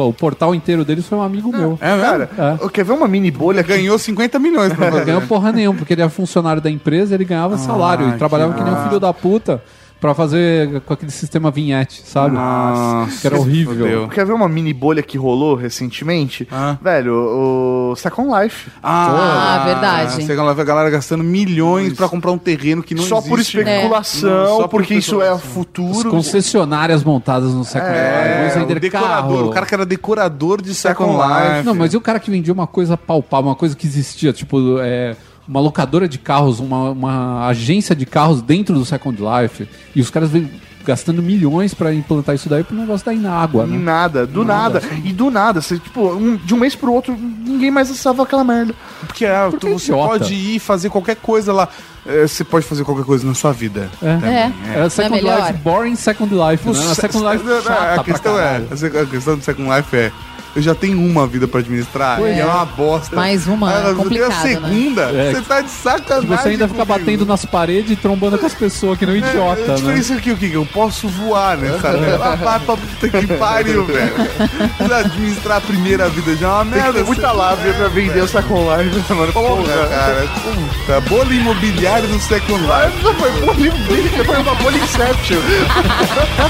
o, o portal inteiro deles foi um amigo meu. É, mesmo? Cara, eu quer ver uma mini bolha que Ganhou 50 milhões pra Não fazer. ganhou porra nenhuma, porque ele era funcionário da empresa, ele ganhava Ah, salário e trabalhava que nem um filho da puta pra fazer com aquele sistema vinhete, sabe? Nossa, que era horrível. fodeu. Quer ver uma mini bolha que rolou recentemente? Ah. Velho, o Second Life. Ah, verdade. Você lá vê a galera gastando milhões pra comprar um terreno que não só por existe. especulação, É. Não, só por porque isso é o especulação. As futuro. concessionárias montadas no século É, XIX. o decorador, o cara que era decorador de Second Life. Não, mas e o cara que vendia uma coisa palpável, uma coisa que existia, tipo, é, uma locadora de carros, uma, uma agência de carros dentro do Second Life, e os caras vêm gastando milhões pra implantar isso daí pro negócio dar na água, E né? nada, do nada. E do nada, você, tipo, um- de um mês pro outro, ninguém mais acessava aquela merda. Porque ah, Porque tu- você idiota. pode ir fazer qualquer coisa lá. É, Você pode fazer qualquer coisa na sua vida. É. É. Era Second Não é melhor? Life, boring Second Life, né? Era Nossa, Second é, Life chata a questão pra é, caralho. a questão do Second Life é eu já tenho uma vida pra administrar e é uma bosta. Mais uma, Ah, eu tenho a complicado, né? segunda, É. você tá de E sacanagem. você ainda fica comigo. batendo nas paredes e trombando com as pessoas, que não um É, idiota, a né? diferença aqui, o que? Eu posso voar, né? Sabe? Ah, vai pra puta que pariu, velho. Já administrar a primeira vida já é uma Tem que merda. ter muita lábia pra vender o Second Life, né, mano. Porra, Porra. cara. Puta, bolha imobiliária do Second Life. Não foi bolha dele, foi uma bolha Inception.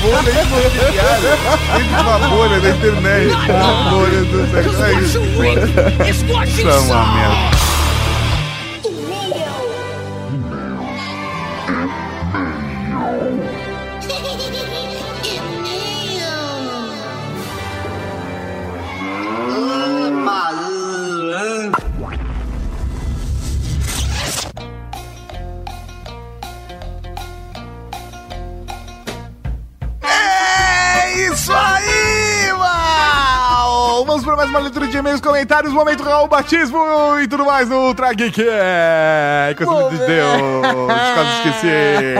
bolha imobiliária. Dentro de uma bolha da internet. Uma bolha do Second Life. It's what you read. It's what you Isso é uma saw. merda. É isso aí, mal! Vamos para mais uma leitura de e-mails, comentários, momento Raul Batismo e tudo mais no Ultra Geek. É, que eu de Deus, quase esqueci.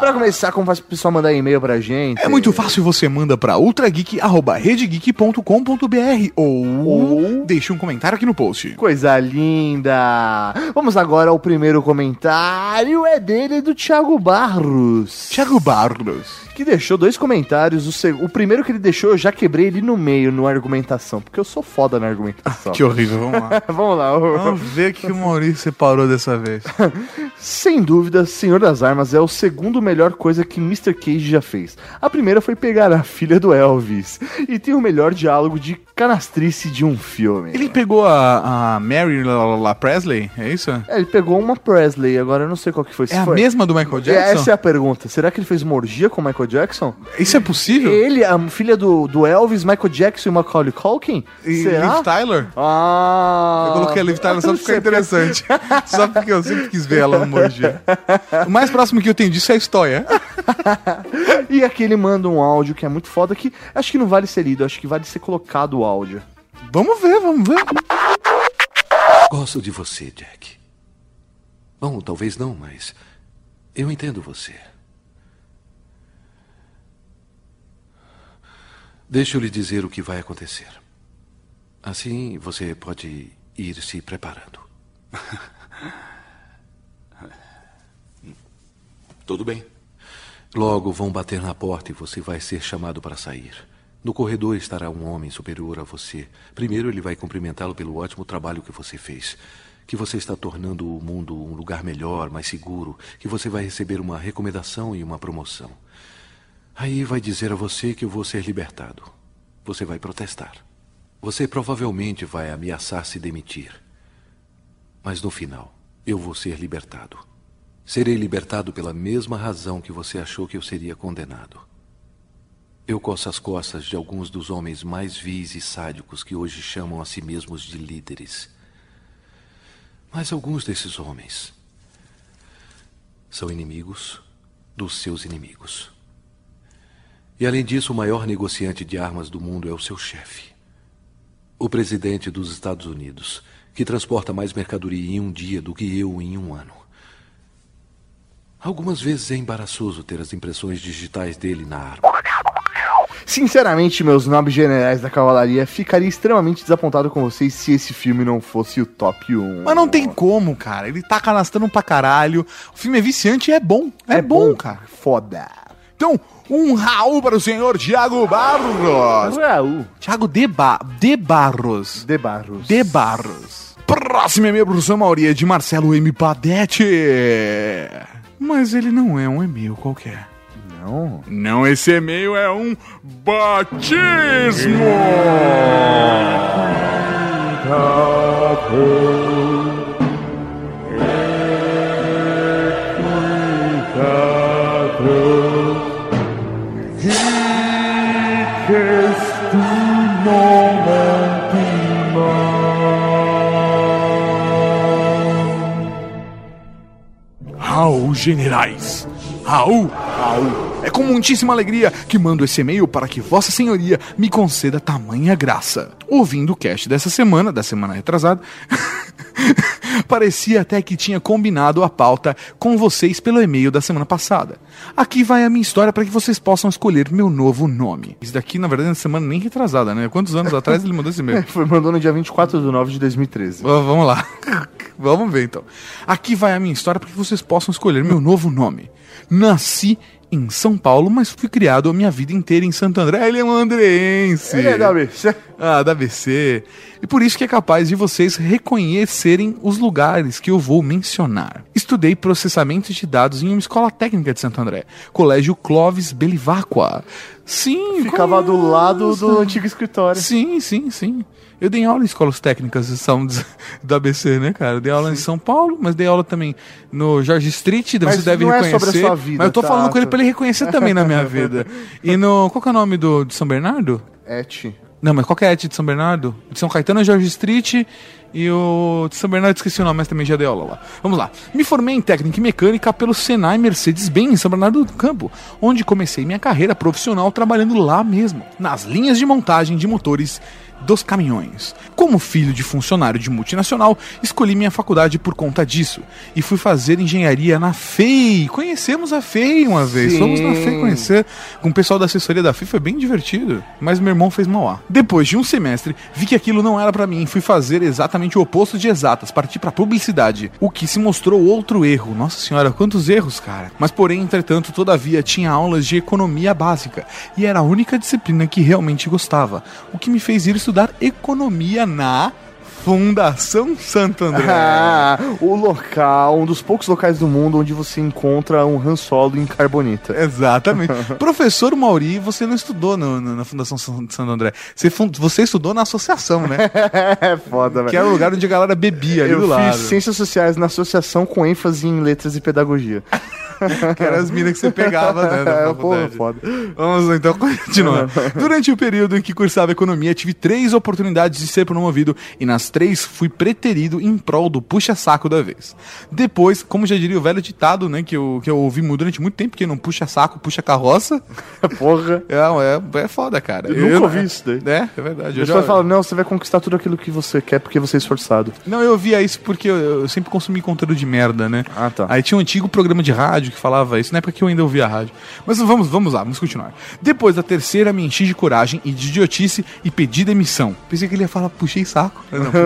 Pra começar, como faz o pessoal mandar e-mail pra gente? É muito fácil, você manda pra ultrageek.redegeek.com.br ou, Ou- deixa um comentário aqui no post. Coisa linda! Vamos agora ao primeiro comentário, é dele, do Thiago Barros. Thiago Barros. que deixou dois comentários. O, seg- o primeiro que ele deixou, eu já quebrei ele no meio, no argumentação, porque eu sou foda na argumentação. Que Ah. horrível, vamos lá. Vamos lá. o- Vamos ver o que o Maurício separou dessa vez. Sem dúvida, Senhor das Armas é o segundo melhor coisa que Mr. Cage já fez. A primeira foi pegar a filha do Elvis. E tem o melhor diálogo de canastrice de um filme. Ele pegou a, a Mary La, La Presley, é isso? É, ele pegou uma Presley, agora eu não sei qual que foi. se É a foi- mesma do Michael É, Jackson? essa é a pergunta. Será que ele fez uma orgia com o Michael Michael Jackson? Isso é possível? Ele, a filha do, do Elvis, Michael Jackson e Macaulay Culkin? E Liv Será? Tyler? Ah! Eu coloquei a Liv Tyler só pra ficar Você- interessante. só porque eu sempre quis ver ela no Morgia. O mais próximo que eu tenho disso é a história. E aqui ele manda um áudio que é muito foda, que acho que não vale ser lido, acho que vale ser colocado o áudio. Vamos ver, vamos ver. Gosto de você, Jack. Bom, talvez não, mas eu entendo você. Deixa eu lhe dizer o que vai acontecer. Assim você pode ir se preparando. Tudo bem. Logo vão bater na porta e você vai ser chamado para sair. No corredor estará um homem superior a você. Primeiro ele vai cumprimentá-lo pelo ótimo trabalho que você fez. Que você está tornando o mundo um lugar melhor, mais seguro. Que você vai receber uma recomendação e uma promoção. Aí vai dizer a você que eu vou ser libertado. Você vai protestar. Você provavelmente vai ameaçar se demitir. Mas no final, eu vou ser libertado. Serei libertado pela mesma razão que você achou que eu seria condenado. Eu coço as costas de alguns dos homens mais vis e sádicos que hoje chamam a si mesmos de líderes. Mas alguns desses homens são inimigos dos seus inimigos. E além disso, o maior negociante de armas do mundo é o seu chefe. O presidente dos Estados Unidos, que transporta mais mercadoria em um dia do que eu em um ano. Algumas vezes é embaraçoso ter as impressões digitais dele na arma. Sinceramente, meus nobres generais da cavalaria, ficaria extremamente desapontado com vocês se esse filme não fosse o top 1. Mas não tem como, cara. Ele tá canastrando pra caralho. O filme é viciante e é bom. É, bom, cara. Foda. Então, um Raul para o senhor Thiago Barros. Raul Thiago de, ba de Barros. de Barros. De Barros. Próximo e-mail pro São Mauria de Marcelo M. Padetti. Mas ele não é um e-mail qualquer. Não. Não, esse e-mail é um batismo! Raul Generais. Raul, Raul. É com muitíssima alegria que mando esse e-mail para que Vossa Senhoria me conceda tamanha graça. Ouvindo o cast dessa semana, da semana retrasada, parecia até que tinha combinado a pauta com vocês pelo e-mail da semana passada. Aqui vai a minha história para que vocês possam escolher meu novo nome. Isso daqui, na verdade, é uma semana nem retrasada, né? Quantos anos atrás ele mandou esse e-mail? é, Foi mandou no dia 24 de 9 de 2013. V- Vamos lá. Vamos ver então. Aqui vai a minha história para que vocês possam escolher meu novo nome. Nasci em São Paulo, mas fui criado a minha vida inteira em Santo André. Ele é um andreense. Ele é da ABC. Ah, da BC. E por isso que é capaz de vocês reconhecerem os lugares que eu vou mencionar. Estudei processamento de dados em uma escola técnica de Santo André, Colégio Clóvis Belivacqua. Sim, Ficava do lado do antigo escritório. assim? Sim, sim, sim. Eu dei aula em escolas técnicas de São, do ABC, né, cara? Eu dei aula em São Paulo, mas dei aula também no George Street, Mas você deve não é reconhecer. sobre a sua vida, mas eu tô tá? falando com ele pra ele reconhecer também na minha vida. E no. Qual que é o nome do, de São Bernardo? Et. Não, mas qual que é a de São Bernardo? De São Caetano é George Street e o de São Bernardo esqueci o nome, mas também já dei aula lá. Vamos lá. Me formei em técnica e mecânica pelo Senai Mercedes-Benz em São Bernardo do Campo, onde comecei minha carreira profissional trabalhando lá mesmo, nas linhas de montagem de motores dos caminhões. Como filho de funcionário de multinacional, escolhi minha faculdade por conta disso e fui fazer engenharia na FEI. Conhecemos a FEI uma vez, Sim. fomos na FEI conhecer acontecer com o pessoal da assessoria da FIFA é bem divertido, mas meu irmão fez mal Depois de um semestre, vi que aquilo não era pra mim e fui fazer exatamente o oposto de exatas, partir pra publicidade, o que se mostrou outro erro. Nossa senhora, quantos erros, cara. Mas porém, entretanto, todavia tinha aulas de economia básica e era a única disciplina que realmente gostava, o que me fez ir estudar economia na Fundação Santo André. Ah, o local, um dos poucos locais do mundo onde você encontra um Han Solo em carbonita. É. Exatamente. Professor Mauri, você não estudou no- no- na Fundação San- Santo André. Você, fun- você estudou na associação, né? É foda, velho. que era o lugar onde a galera bebia ali Eu do fiz lado. ciências sociais na associação com ênfase em letras e pedagogia. que eram as minas que você pegava, né? É, Na porra, faculdade. foda. Vamos então continuar. Durante o período em que cursava economia, tive três oportunidades de ser promovido e nas três fui preterido em prol do puxa-saco da vez. Depois, como já diria o velho ditado, né, que eu, que eu ouvi mu- durante muito tempo, que não puxa saco, puxa carroça. Porra. É, é, é foda, cara. Eu nunca ouvi isso daí. É, é verdade. Eu As já- pessoas falam, não, você vai conquistar tudo aquilo que você quer porque você é esforçado. Não, eu via isso porque eu, eu sempre consumi conteúdo de merda, né? Ah, tá. Aí tinha um antigo programa de rádio que falava isso, na época que eu ainda ouvia rádio. Mas vamos, vamos lá, vamos continuar. Depois da terceira, me enchi de coragem e de idiotice e pedi demissão. Pensei que ele ia falar, puxei saco. Mas não, puxei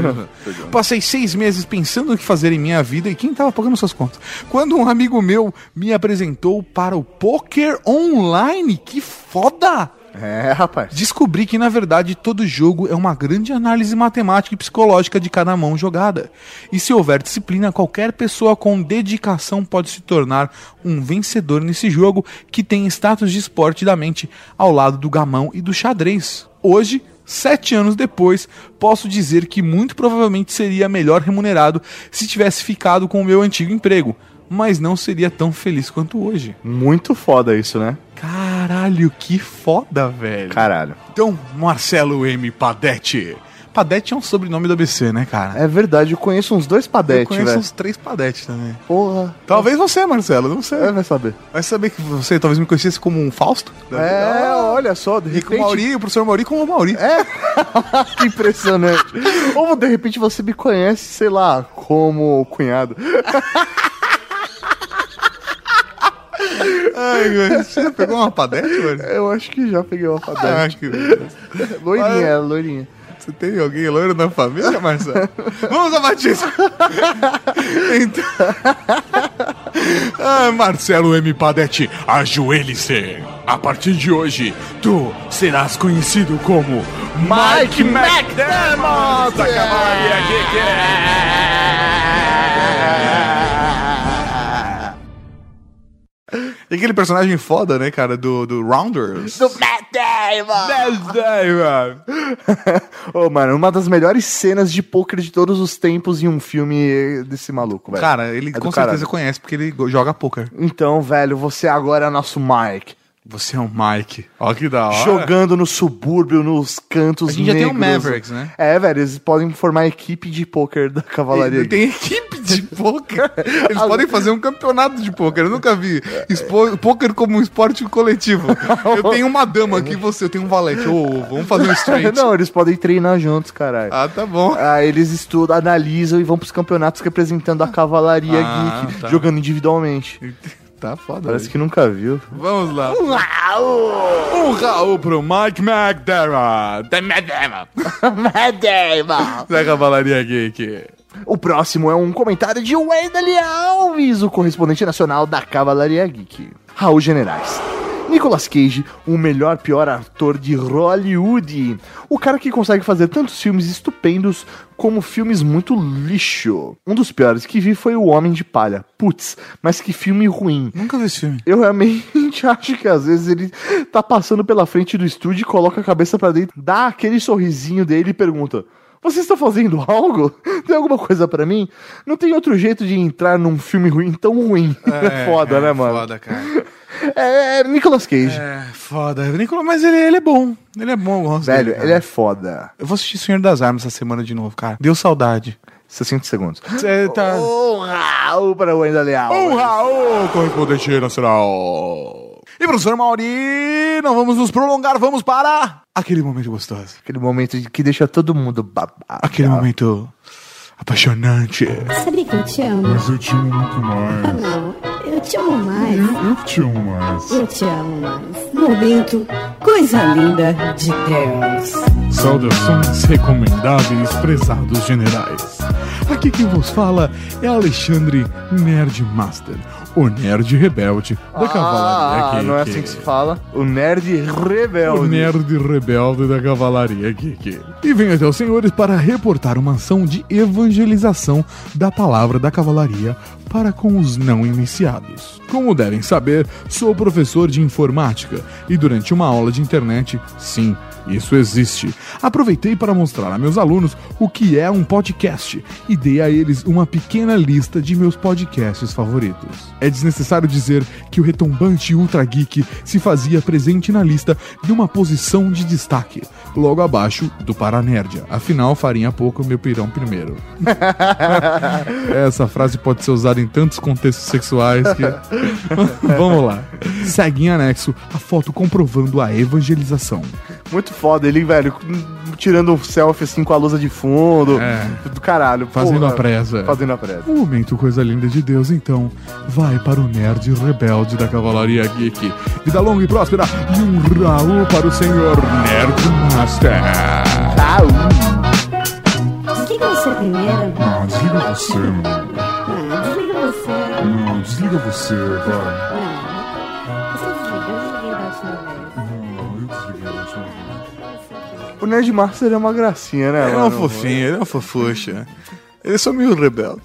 saco. Passei seis meses pensando o que fazer em minha vida e quem tava pagando suas contas. Quando um amigo meu me apresentou para o poker online, que foda! É, rapaz. Descobri que, na verdade, todo jogo é uma grande análise matemática e psicológica de cada mão jogada. E se houver disciplina, qualquer pessoa com dedicação pode se tornar um vencedor nesse jogo que tem status de esporte da mente ao lado do gamão e do xadrez. Hoje, sete anos depois, posso dizer que muito provavelmente seria melhor remunerado se tivesse ficado com o meu antigo emprego, mas não seria tão feliz quanto hoje. Muito foda isso, né? Caralho, que foda, velho. Caralho. Então, Marcelo M. Padete. Padete é um sobrenome do ABC, né, cara? É verdade, eu conheço uns dois Eu Padete, conheço velho. uns três Padete também. Porra. Talvez você, Marcelo, não sei. É, vai saber. Vai saber que você talvez me conhecesse como um Fausto? É, olha só, de E com o repente. Mauri, o professor Mauri como o Mauri. É, Que impressionante. Ou de repente você me conhece, sei lá, como cunhado. você pegou uma Padete, velho? Eu acho que já peguei uma Padete. Ah, que... Loirinha, loirinha. Você tem alguém loiro na família, Marcelo? Vamos à Batista! então... ah, Marcelo M. Padete, ajoelhe-se! A partir de hoje, tu serás conhecido como Mike McDermott! da Cavalaria Geek! E aquele personagem foda, né, cara, do, do Rounders? Do Matt Damon! Matt Damon! Ô, mano, uma das melhores cenas de pôquer de todos os tempos em um filme desse maluco, velho. Cara, ele É do com caralho. certeza conhece, porque ele go- joga poker. Então, velho, você agora é nosso Mike. Você é um Mike. Ó que da hora. Jogando no subúrbio, nos cantos A gente já tem o negros. Mavericks, né? É, velho, eles podem formar a equipe de pôquer da Cavalaria. Ele tem equipe de poker. Eles podem fazer um campeonato de poker. Eu nunca vi Espo poker como um esporte coletivo. Eu tenho uma dama aqui, você, eu tenho um valete. Ô, vamos fazer um straight. Não, eles podem treinar juntos, caralho. Ah, tá bom. Ah, eles estudam, analisam e vão pros campeonatos representando a Cavalaria Ah, Geek, tá. jogando individualmente. Tá foda. Parece que nunca viu. Vamos lá. Um Raul! Um Raul pro Mike McDermott. The McDermott. Da Cavalaria Geek. O próximo é um comentário de Wendell Alves, o correspondente nacional da Cavalaria Geek. Raul Generais. Nicolas Cage, o melhor pior ator de Hollywood. O cara que consegue fazer tantos filmes estupendos como filmes muito lixo. Um dos piores que vi foi O Homem de Palha. Putz, mas que filme ruim. Nunca vi esse filme. Eu realmente acho que às vezes ele tá passando pela frente do estúdio e coloca a cabeça pra dentro, dá aquele sorrisinho dele e pergunta: Vocês estão fazendo algo? Tem alguma coisa pra mim? Não tem outro jeito de entrar num filme ruim tão ruim. É, foda, né, mano? Foda, cara. É, é Nicolas Cage. É, foda. Nicolas, mas ele, ele é bom. Ele é bom, eu gosto Velho, dele, cara. ele é foda. Eu vou assistir Senhor das Armas essa semana de novo, cara. Deu saudade. 60 segundos. Cê tá... Um Raul para o Wendel Leal. Um Raul, correspondente nacional. E professor Mauri, não vamos nos prolongar, vamos para aquele momento gostoso. Aquele momento de- que deixa todo mundo babado. Aquele momento apaixonante. Sabia que eu te amo? Mas eu te amo muito mais. Não, eu te amo mais. Eu te amo mais. Eu te amo mais. Momento, coisa linda de Deus. Saudações recomendáveis, prezados generais. Aqui quem vos fala é Alexandre Nerd Master, o nerd rebelde da Cavalaria Ah, Geek. não é assim que se fala. O nerd rebelde. O nerd rebelde da Cavalaria Geek. E venho até os senhores para reportar uma ação de evangelização da palavra da Cavalaria para com os não iniciados. Como devem saber, sou professor de informática e durante uma aula de internet, sim, Isso existe. Aproveitei para mostrar a meus alunos o que é um podcast e dei a eles uma pequena lista de meus podcasts favoritos. É desnecessário dizer que o retumbante Ultra Geek se fazia presente na lista numa posição de destaque, logo abaixo do Paranerdia. Afinal, farinha pouco, meu pirão primeiro. Essa frase pode ser usada em tantos contextos sexuais que. Vamos lá. Segue em anexo a foto comprovando a evangelização. Muito foda ele, velho, tirando um selfie assim com a lousa de fundo. É. Do caralho. Fazendo porra. a é. presa. Fazendo a presa. O momento Coisa Linda de Deus, então, vai para o nerd rebelde da Cavalaria Geek. Vida longa e próspera e um Raul para o senhor Nerd Master. Desliga é você primeiro. Não, desliga você, mano. Ah, desliga você. Não, desliga você, vai. Não. Ah, Você desliga, eu desliguei da última vez. Não, eu desliguei a última vez. O Nerd Master é uma gracinha, né? Ele é um mano? fofinho, ele é uma fofucha. Ele é só meio rebelde.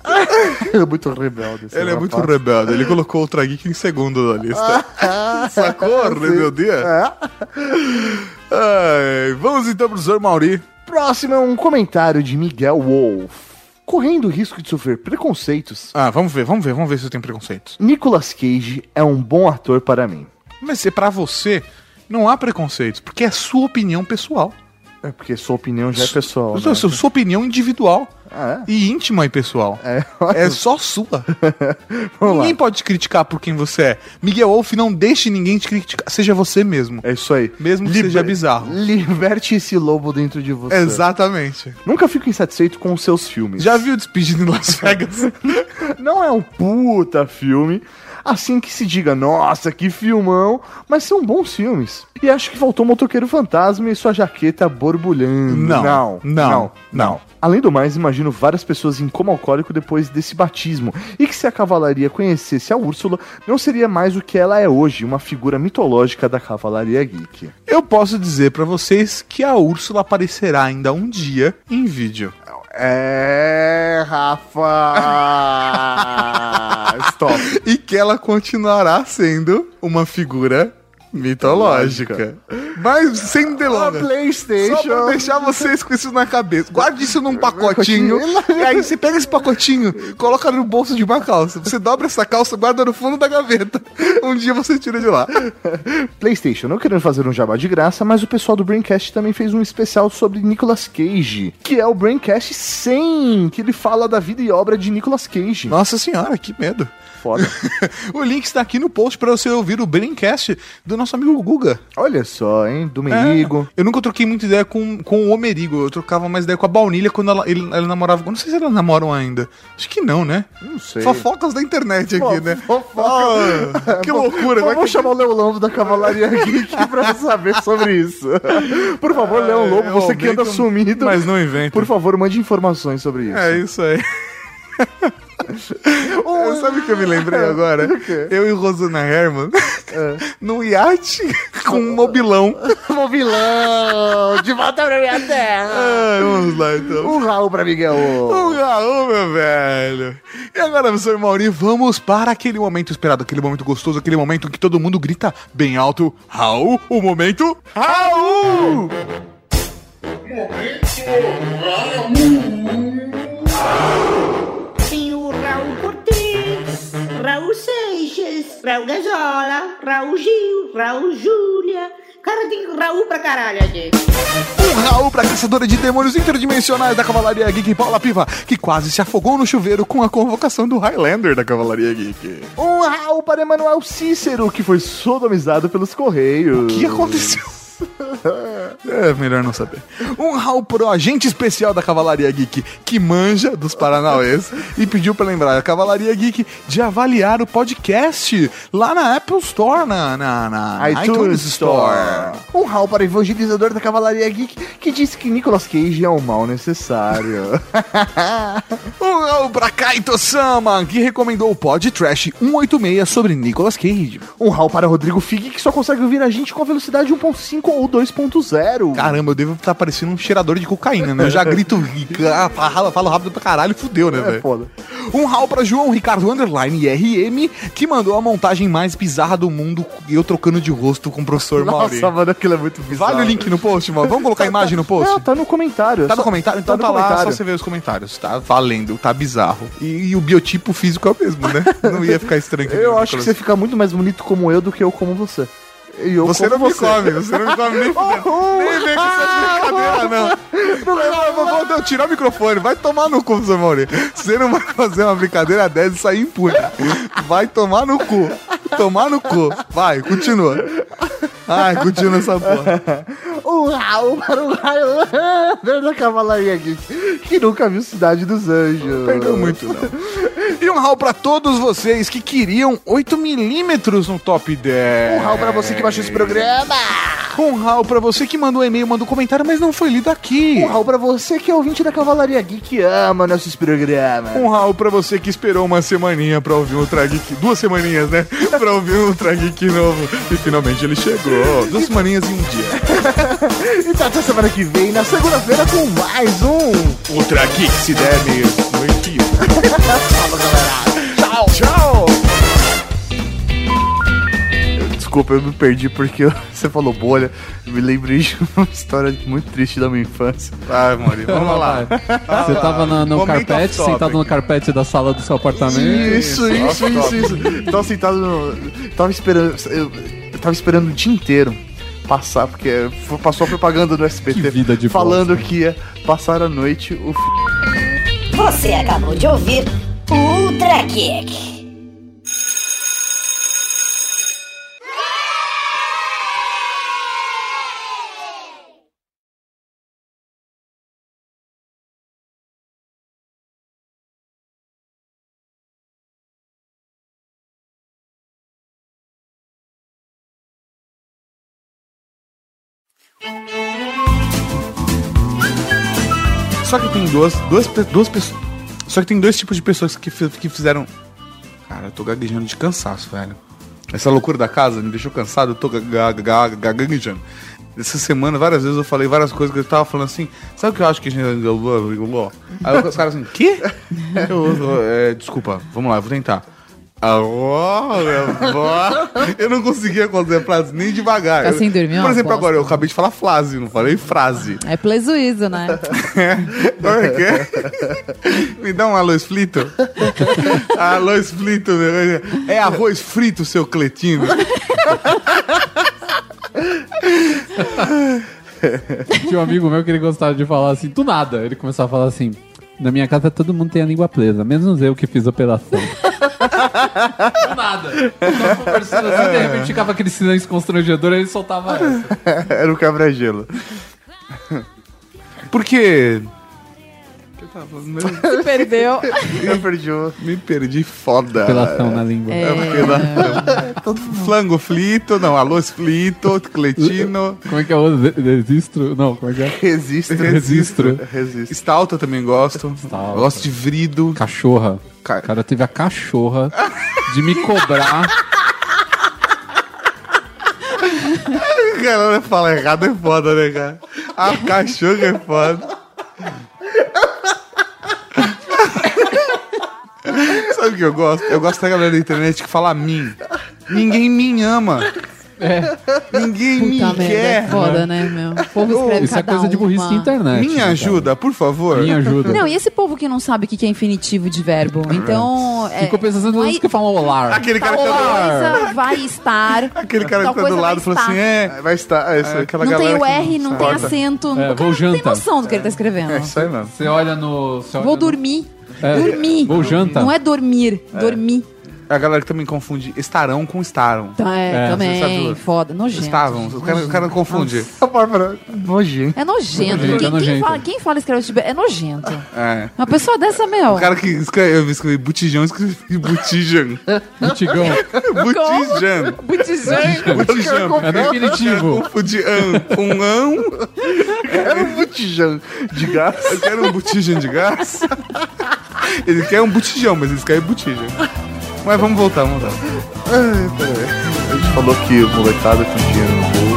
Ele é muito rebelde. esse Ele é rapaz. muito rebelde. Ele colocou o Trageek em segundo na lista. Ah, Sacou, Sim. meu Deus? Ai, vamos então pro senhor Mauri. Próximo é um comentário de Miguel Wolf. Correndo o risco de sofrer preconceitos, Ah, vamos ver, vamos ver, vamos ver se eu tenho preconceitos. Nicolas Cage é um bom ator para mim. Mas se pra você não há preconceitos, porque é sua opinião pessoal. É porque sua opinião já é pessoal. Sua- né? sua, sua opinião individual. Ah, E íntima e pessoal. é? É, É só sua. Vamos lá. ninguém pode te criticar por quem você é. Miguel Wolf, não deixe ninguém te criticar. Seja você mesmo. É isso aí. Mesmo que seja bizarro. Liberte esse lobo dentro de você. Exatamente. Nunca fico insatisfeito com os seus filmes. Já viu Despedido em Las Vegas? Não é um puta filme. Assim que se diga, nossa, que filmão, mas são bons filmes. E acho que faltou Motoqueiro Fantasma e sua jaqueta borbulhando. Não, não, não, não. Além do mais, imagino várias pessoas em coma alcoólico depois desse batismo. E que se a cavalaria conhecesse a Úrsula, não seria mais o que ela é hoje, uma figura mitológica da cavalaria geek. Eu posso dizer pra vocês que a Úrsula aparecerá ainda um dia em vídeo. É, Rafa! Stop. E que ela continuará sendo uma figura mitológica. Mas sem A delongas. Só pra PlayStation. deixar vocês com isso na cabeça. Guarde isso num pacotinho. e aí você pega esse pacotinho, coloca no bolso de uma calça. Você dobra essa calça, guarda no fundo da gaveta. Um dia você tira de lá. PlayStation, não querendo fazer um jabá de graça, mas o pessoal do Braincast também fez um especial sobre Nicolas Cage, que é o Braincast 100, que ele fala da vida e obra de Nicolas Cage. Nossa senhora, que medo. Foda. O link está aqui no post pra você ouvir o Braincast do nosso amigo Guga. Olha só, hein? É. Domenigo. Eu nunca troquei muita ideia com, com o Homerigo. Eu trocava mais ideia com a Baunilha quando ela, ele, ela namorava. Não sei se elas namoram ainda. Acho que não, né? Não sei. Fofocas da internet aqui, Fo- né? fofoca. Ah, que loucura, Vamos vai que- chamar o Leão Lobo da Cavalaria Geek pra saber sobre isso. Por favor, Ah, Leão Lobo, eu você que anda aumento, sumido, Mas não inventa. por favor, mande informações sobre isso. É isso aí. Um- Sabe o que eu me lembrei agora? Eu e Rosana Herman num iate com um mobilão. Um vilão, de volta pra minha terra. Ah, vamos lá então. Um Raul pra Miguel. Um Raul, meu velho. E agora, professor Mauri, vamos para aquele momento esperado, aquele momento gostoso, aquele momento que todo mundo grita bem alto. Raul, o momento Raul! Tem o Raul Cortez, Raul Seixas, Raul Gazola, Raul Gil, Raul Júlia. Cara, tem Raul pra caralho aqui. Um Raul pra caçadora de demônios interdimensionais da Cavalaria Geek Paula Piva, que quase se afogou no chuveiro com a convocação do Highlander da Cavalaria Geek. Um Raul para Emanuel Cícero, que foi sodomizado pelos Correios. O que aconteceu? É melhor não saber. Um Raul pro agente especial da Cavalaria Geek, que manja dos Paranauês, e pediu pra lembrar a Cavalaria Geek de avaliar o podcast lá na Apple Store, na, na, na iTunes, Store. Um Raul para evangelizador da Cavalaria Geek, que disse que Nicolas Cage é um mal necessário. Um Raul Valeu pra Kaito-sama, que recomendou o Pod Trash 186 sobre Nicolas Cage. Um rau para Rodrigo Fig, que só consegue ouvir a gente com a velocidade 1.5 ou 2.0. Caramba, eu devo estar parecendo um cheirador de cocaína, né? Eu já grito, ah, falo, falo rápido pra caralho, fudeu, né, velho? É foda. Um rau pra João Ricardo Underline RM, que mandou a montagem mais bizarra do mundo, e eu trocando de rosto com o professor Mauri. Nossa, mano, aquilo é muito bizarro. Vale o link no post, mano. Vamos colocar a imagem no post? Não, tá no comentário. Tá Só- no comentário? Então tá, no lá, só comentário. você ver os comentários. Tá valendo, tá bizarro. E, e o biotipo físico é o mesmo, né? Não ia ficar estranho. aqui, Eu né, acho que você Nicolas? fica muito mais bonito como eu do que eu como você. E eu Você não como me come, você não me come nem fudendo. Nem vem com Ah, essas brincadeiras, não. Eu vou, vou, vou tirar o microfone, vai tomar no cu, seu Mauri. Você não vai fazer uma brincadeira dessa e sair impune. Vai tomar no cu. Tomar no cu. Vai, continua. Ai, continua essa porra. Um rau para o Highlander da Cavalaria Geek, que nunca viu Cidade dos Anjos. Perdeu muito, não. E um rau pra todos vocês que queriam 8mm no top 10. Um rau pra você que baixou esse programa. Um rau pra você que mandou um e-mail, mandou comentário, mas não foi lido aqui. Um rau pra você que é ouvinte da Cavalaria Geek e ama nossos programas. Um rau pra você que esperou uma semaninha pra ouvir um Trageek. Duas semaninhas, né? pra ouvir um Trageek novo. E finalmente ele chegou. Duas semaninhas e um dia. E tá até semana que vem, né? na segunda-feira, com mais um. O Trageek se der mesmo. Tchau! Tchau! Desculpa, eu me perdi porque eu- você falou bolha. Eu me lembrei de uma história muito triste da minha infância. Vai, Maurício, vamos lá. Você tava na, no Momento carpete, off-topic. sentado no carpete da sala do seu apartamento. Isso, isso, isso, isso. Tava sentado no. Tava esperando. Eu, eu tava esperando o dia inteiro passar, porque é, f- passou a propaganda do SBT. Que vida de Falando que ia passar a noite o. f- Você acabou de ouvir o Ultra Geek. Só que tem duas, duas, pe- duas pessoas. Só que tem dois tipos de pessoas que, fi- que fizeram. Cara, eu tô gaguejando de cansaço, velho. Essa loucura da casa me deixou cansado, eu tô ga- ga- ga- ga- gaguejando. Essa semana, várias vezes eu falei várias coisas que eu tava falando assim. Sabe o que eu acho que a gente. Aí os caras assim, quê? Eu, eu- é, desculpa, vamos lá, eu vou tentar. Ah, Eu não conseguia fazer a frase nem devagar. Tá sem dormir, é uma Por exemplo, bosta. agora eu acabei de falar frase, não falei frase. É plezuízo, né? Porque- é Me dá um arroz frito. arroz frito, meu. É arroz frito, seu cretino. Tinha um amigo meu que ele gostava de falar assim, do nada. Ele começava a falar assim: Na minha casa todo mundo tem a língua presa, menos eu que fiz operação. do nada. Nós conversando assim, de repente ficava aquele silêncio constrangedor e ele soltava Ah. essa. Era o quebra-gelo. Porque Se perdeu. Eu perdi o. me perdi foda. Operação na língua. É, Flango frito, não, arroz frito, cletino. Como é que é o outro? Registro? Não, como é que é? Resisto. Registro. Resisto. Stalta também gosto. Stalta. Gosto de vrido. Cachorra. Ca- O cara teve a cachorra de me cobrar. O cara fala errado é foda, né, cara? A cachorra é foda. Sabe o que eu gosto? Eu gosto da galera da internet que fala mim. Ninguém me ama. Ninguém Puta me merda, quer. é foda, né, meu? O povo escreve Isso é cada coisa de burrice uma. de internet. né, Me cara? ajuda, por favor. Me ajuda. Não, e esse povo que não sabe o que que é infinitivo de verbo? Então. É, Ficou pensando vai- nisso que falam olar. Aquele Tal cara que tá do coisa vai estar. Aquele cara tal que tá do coisa lado vai falou estar. assim: é. Vai estar. É, isso aí. Aquela Não tem galera o que R, não tem suporta. acento. É, o cara vou não tem janta. noção do que ele tá escrevendo. Isso aí mesmo. Você olha no. você olha Vou no- dormir. É, Dormir. Vou janta. Não é dormir, dormir. A galera que também confunde estarão com estaram. Tá, é, você É, sabe- também, foda, nojento. Estavam. O cara, o cara confunde. Tá Essa Bárbara. Nojento. É nojento. Nojento, Quem, é quem nojento. fala, quem fala escreve é nojento. É. Uma pessoa dessa, meu. O cara que escreveu, escreveu botijão, escreveu botijão. Mitigão. Botijão. Botijão. Botijão. É definitivo. Confundi an com an. Era um botijão de gás. Eu quero um botijão de gás. Eles querem um botijão, mas eles querem botija. Mas vamos voltar, vamos voltar. A gente falou que o molecada podia no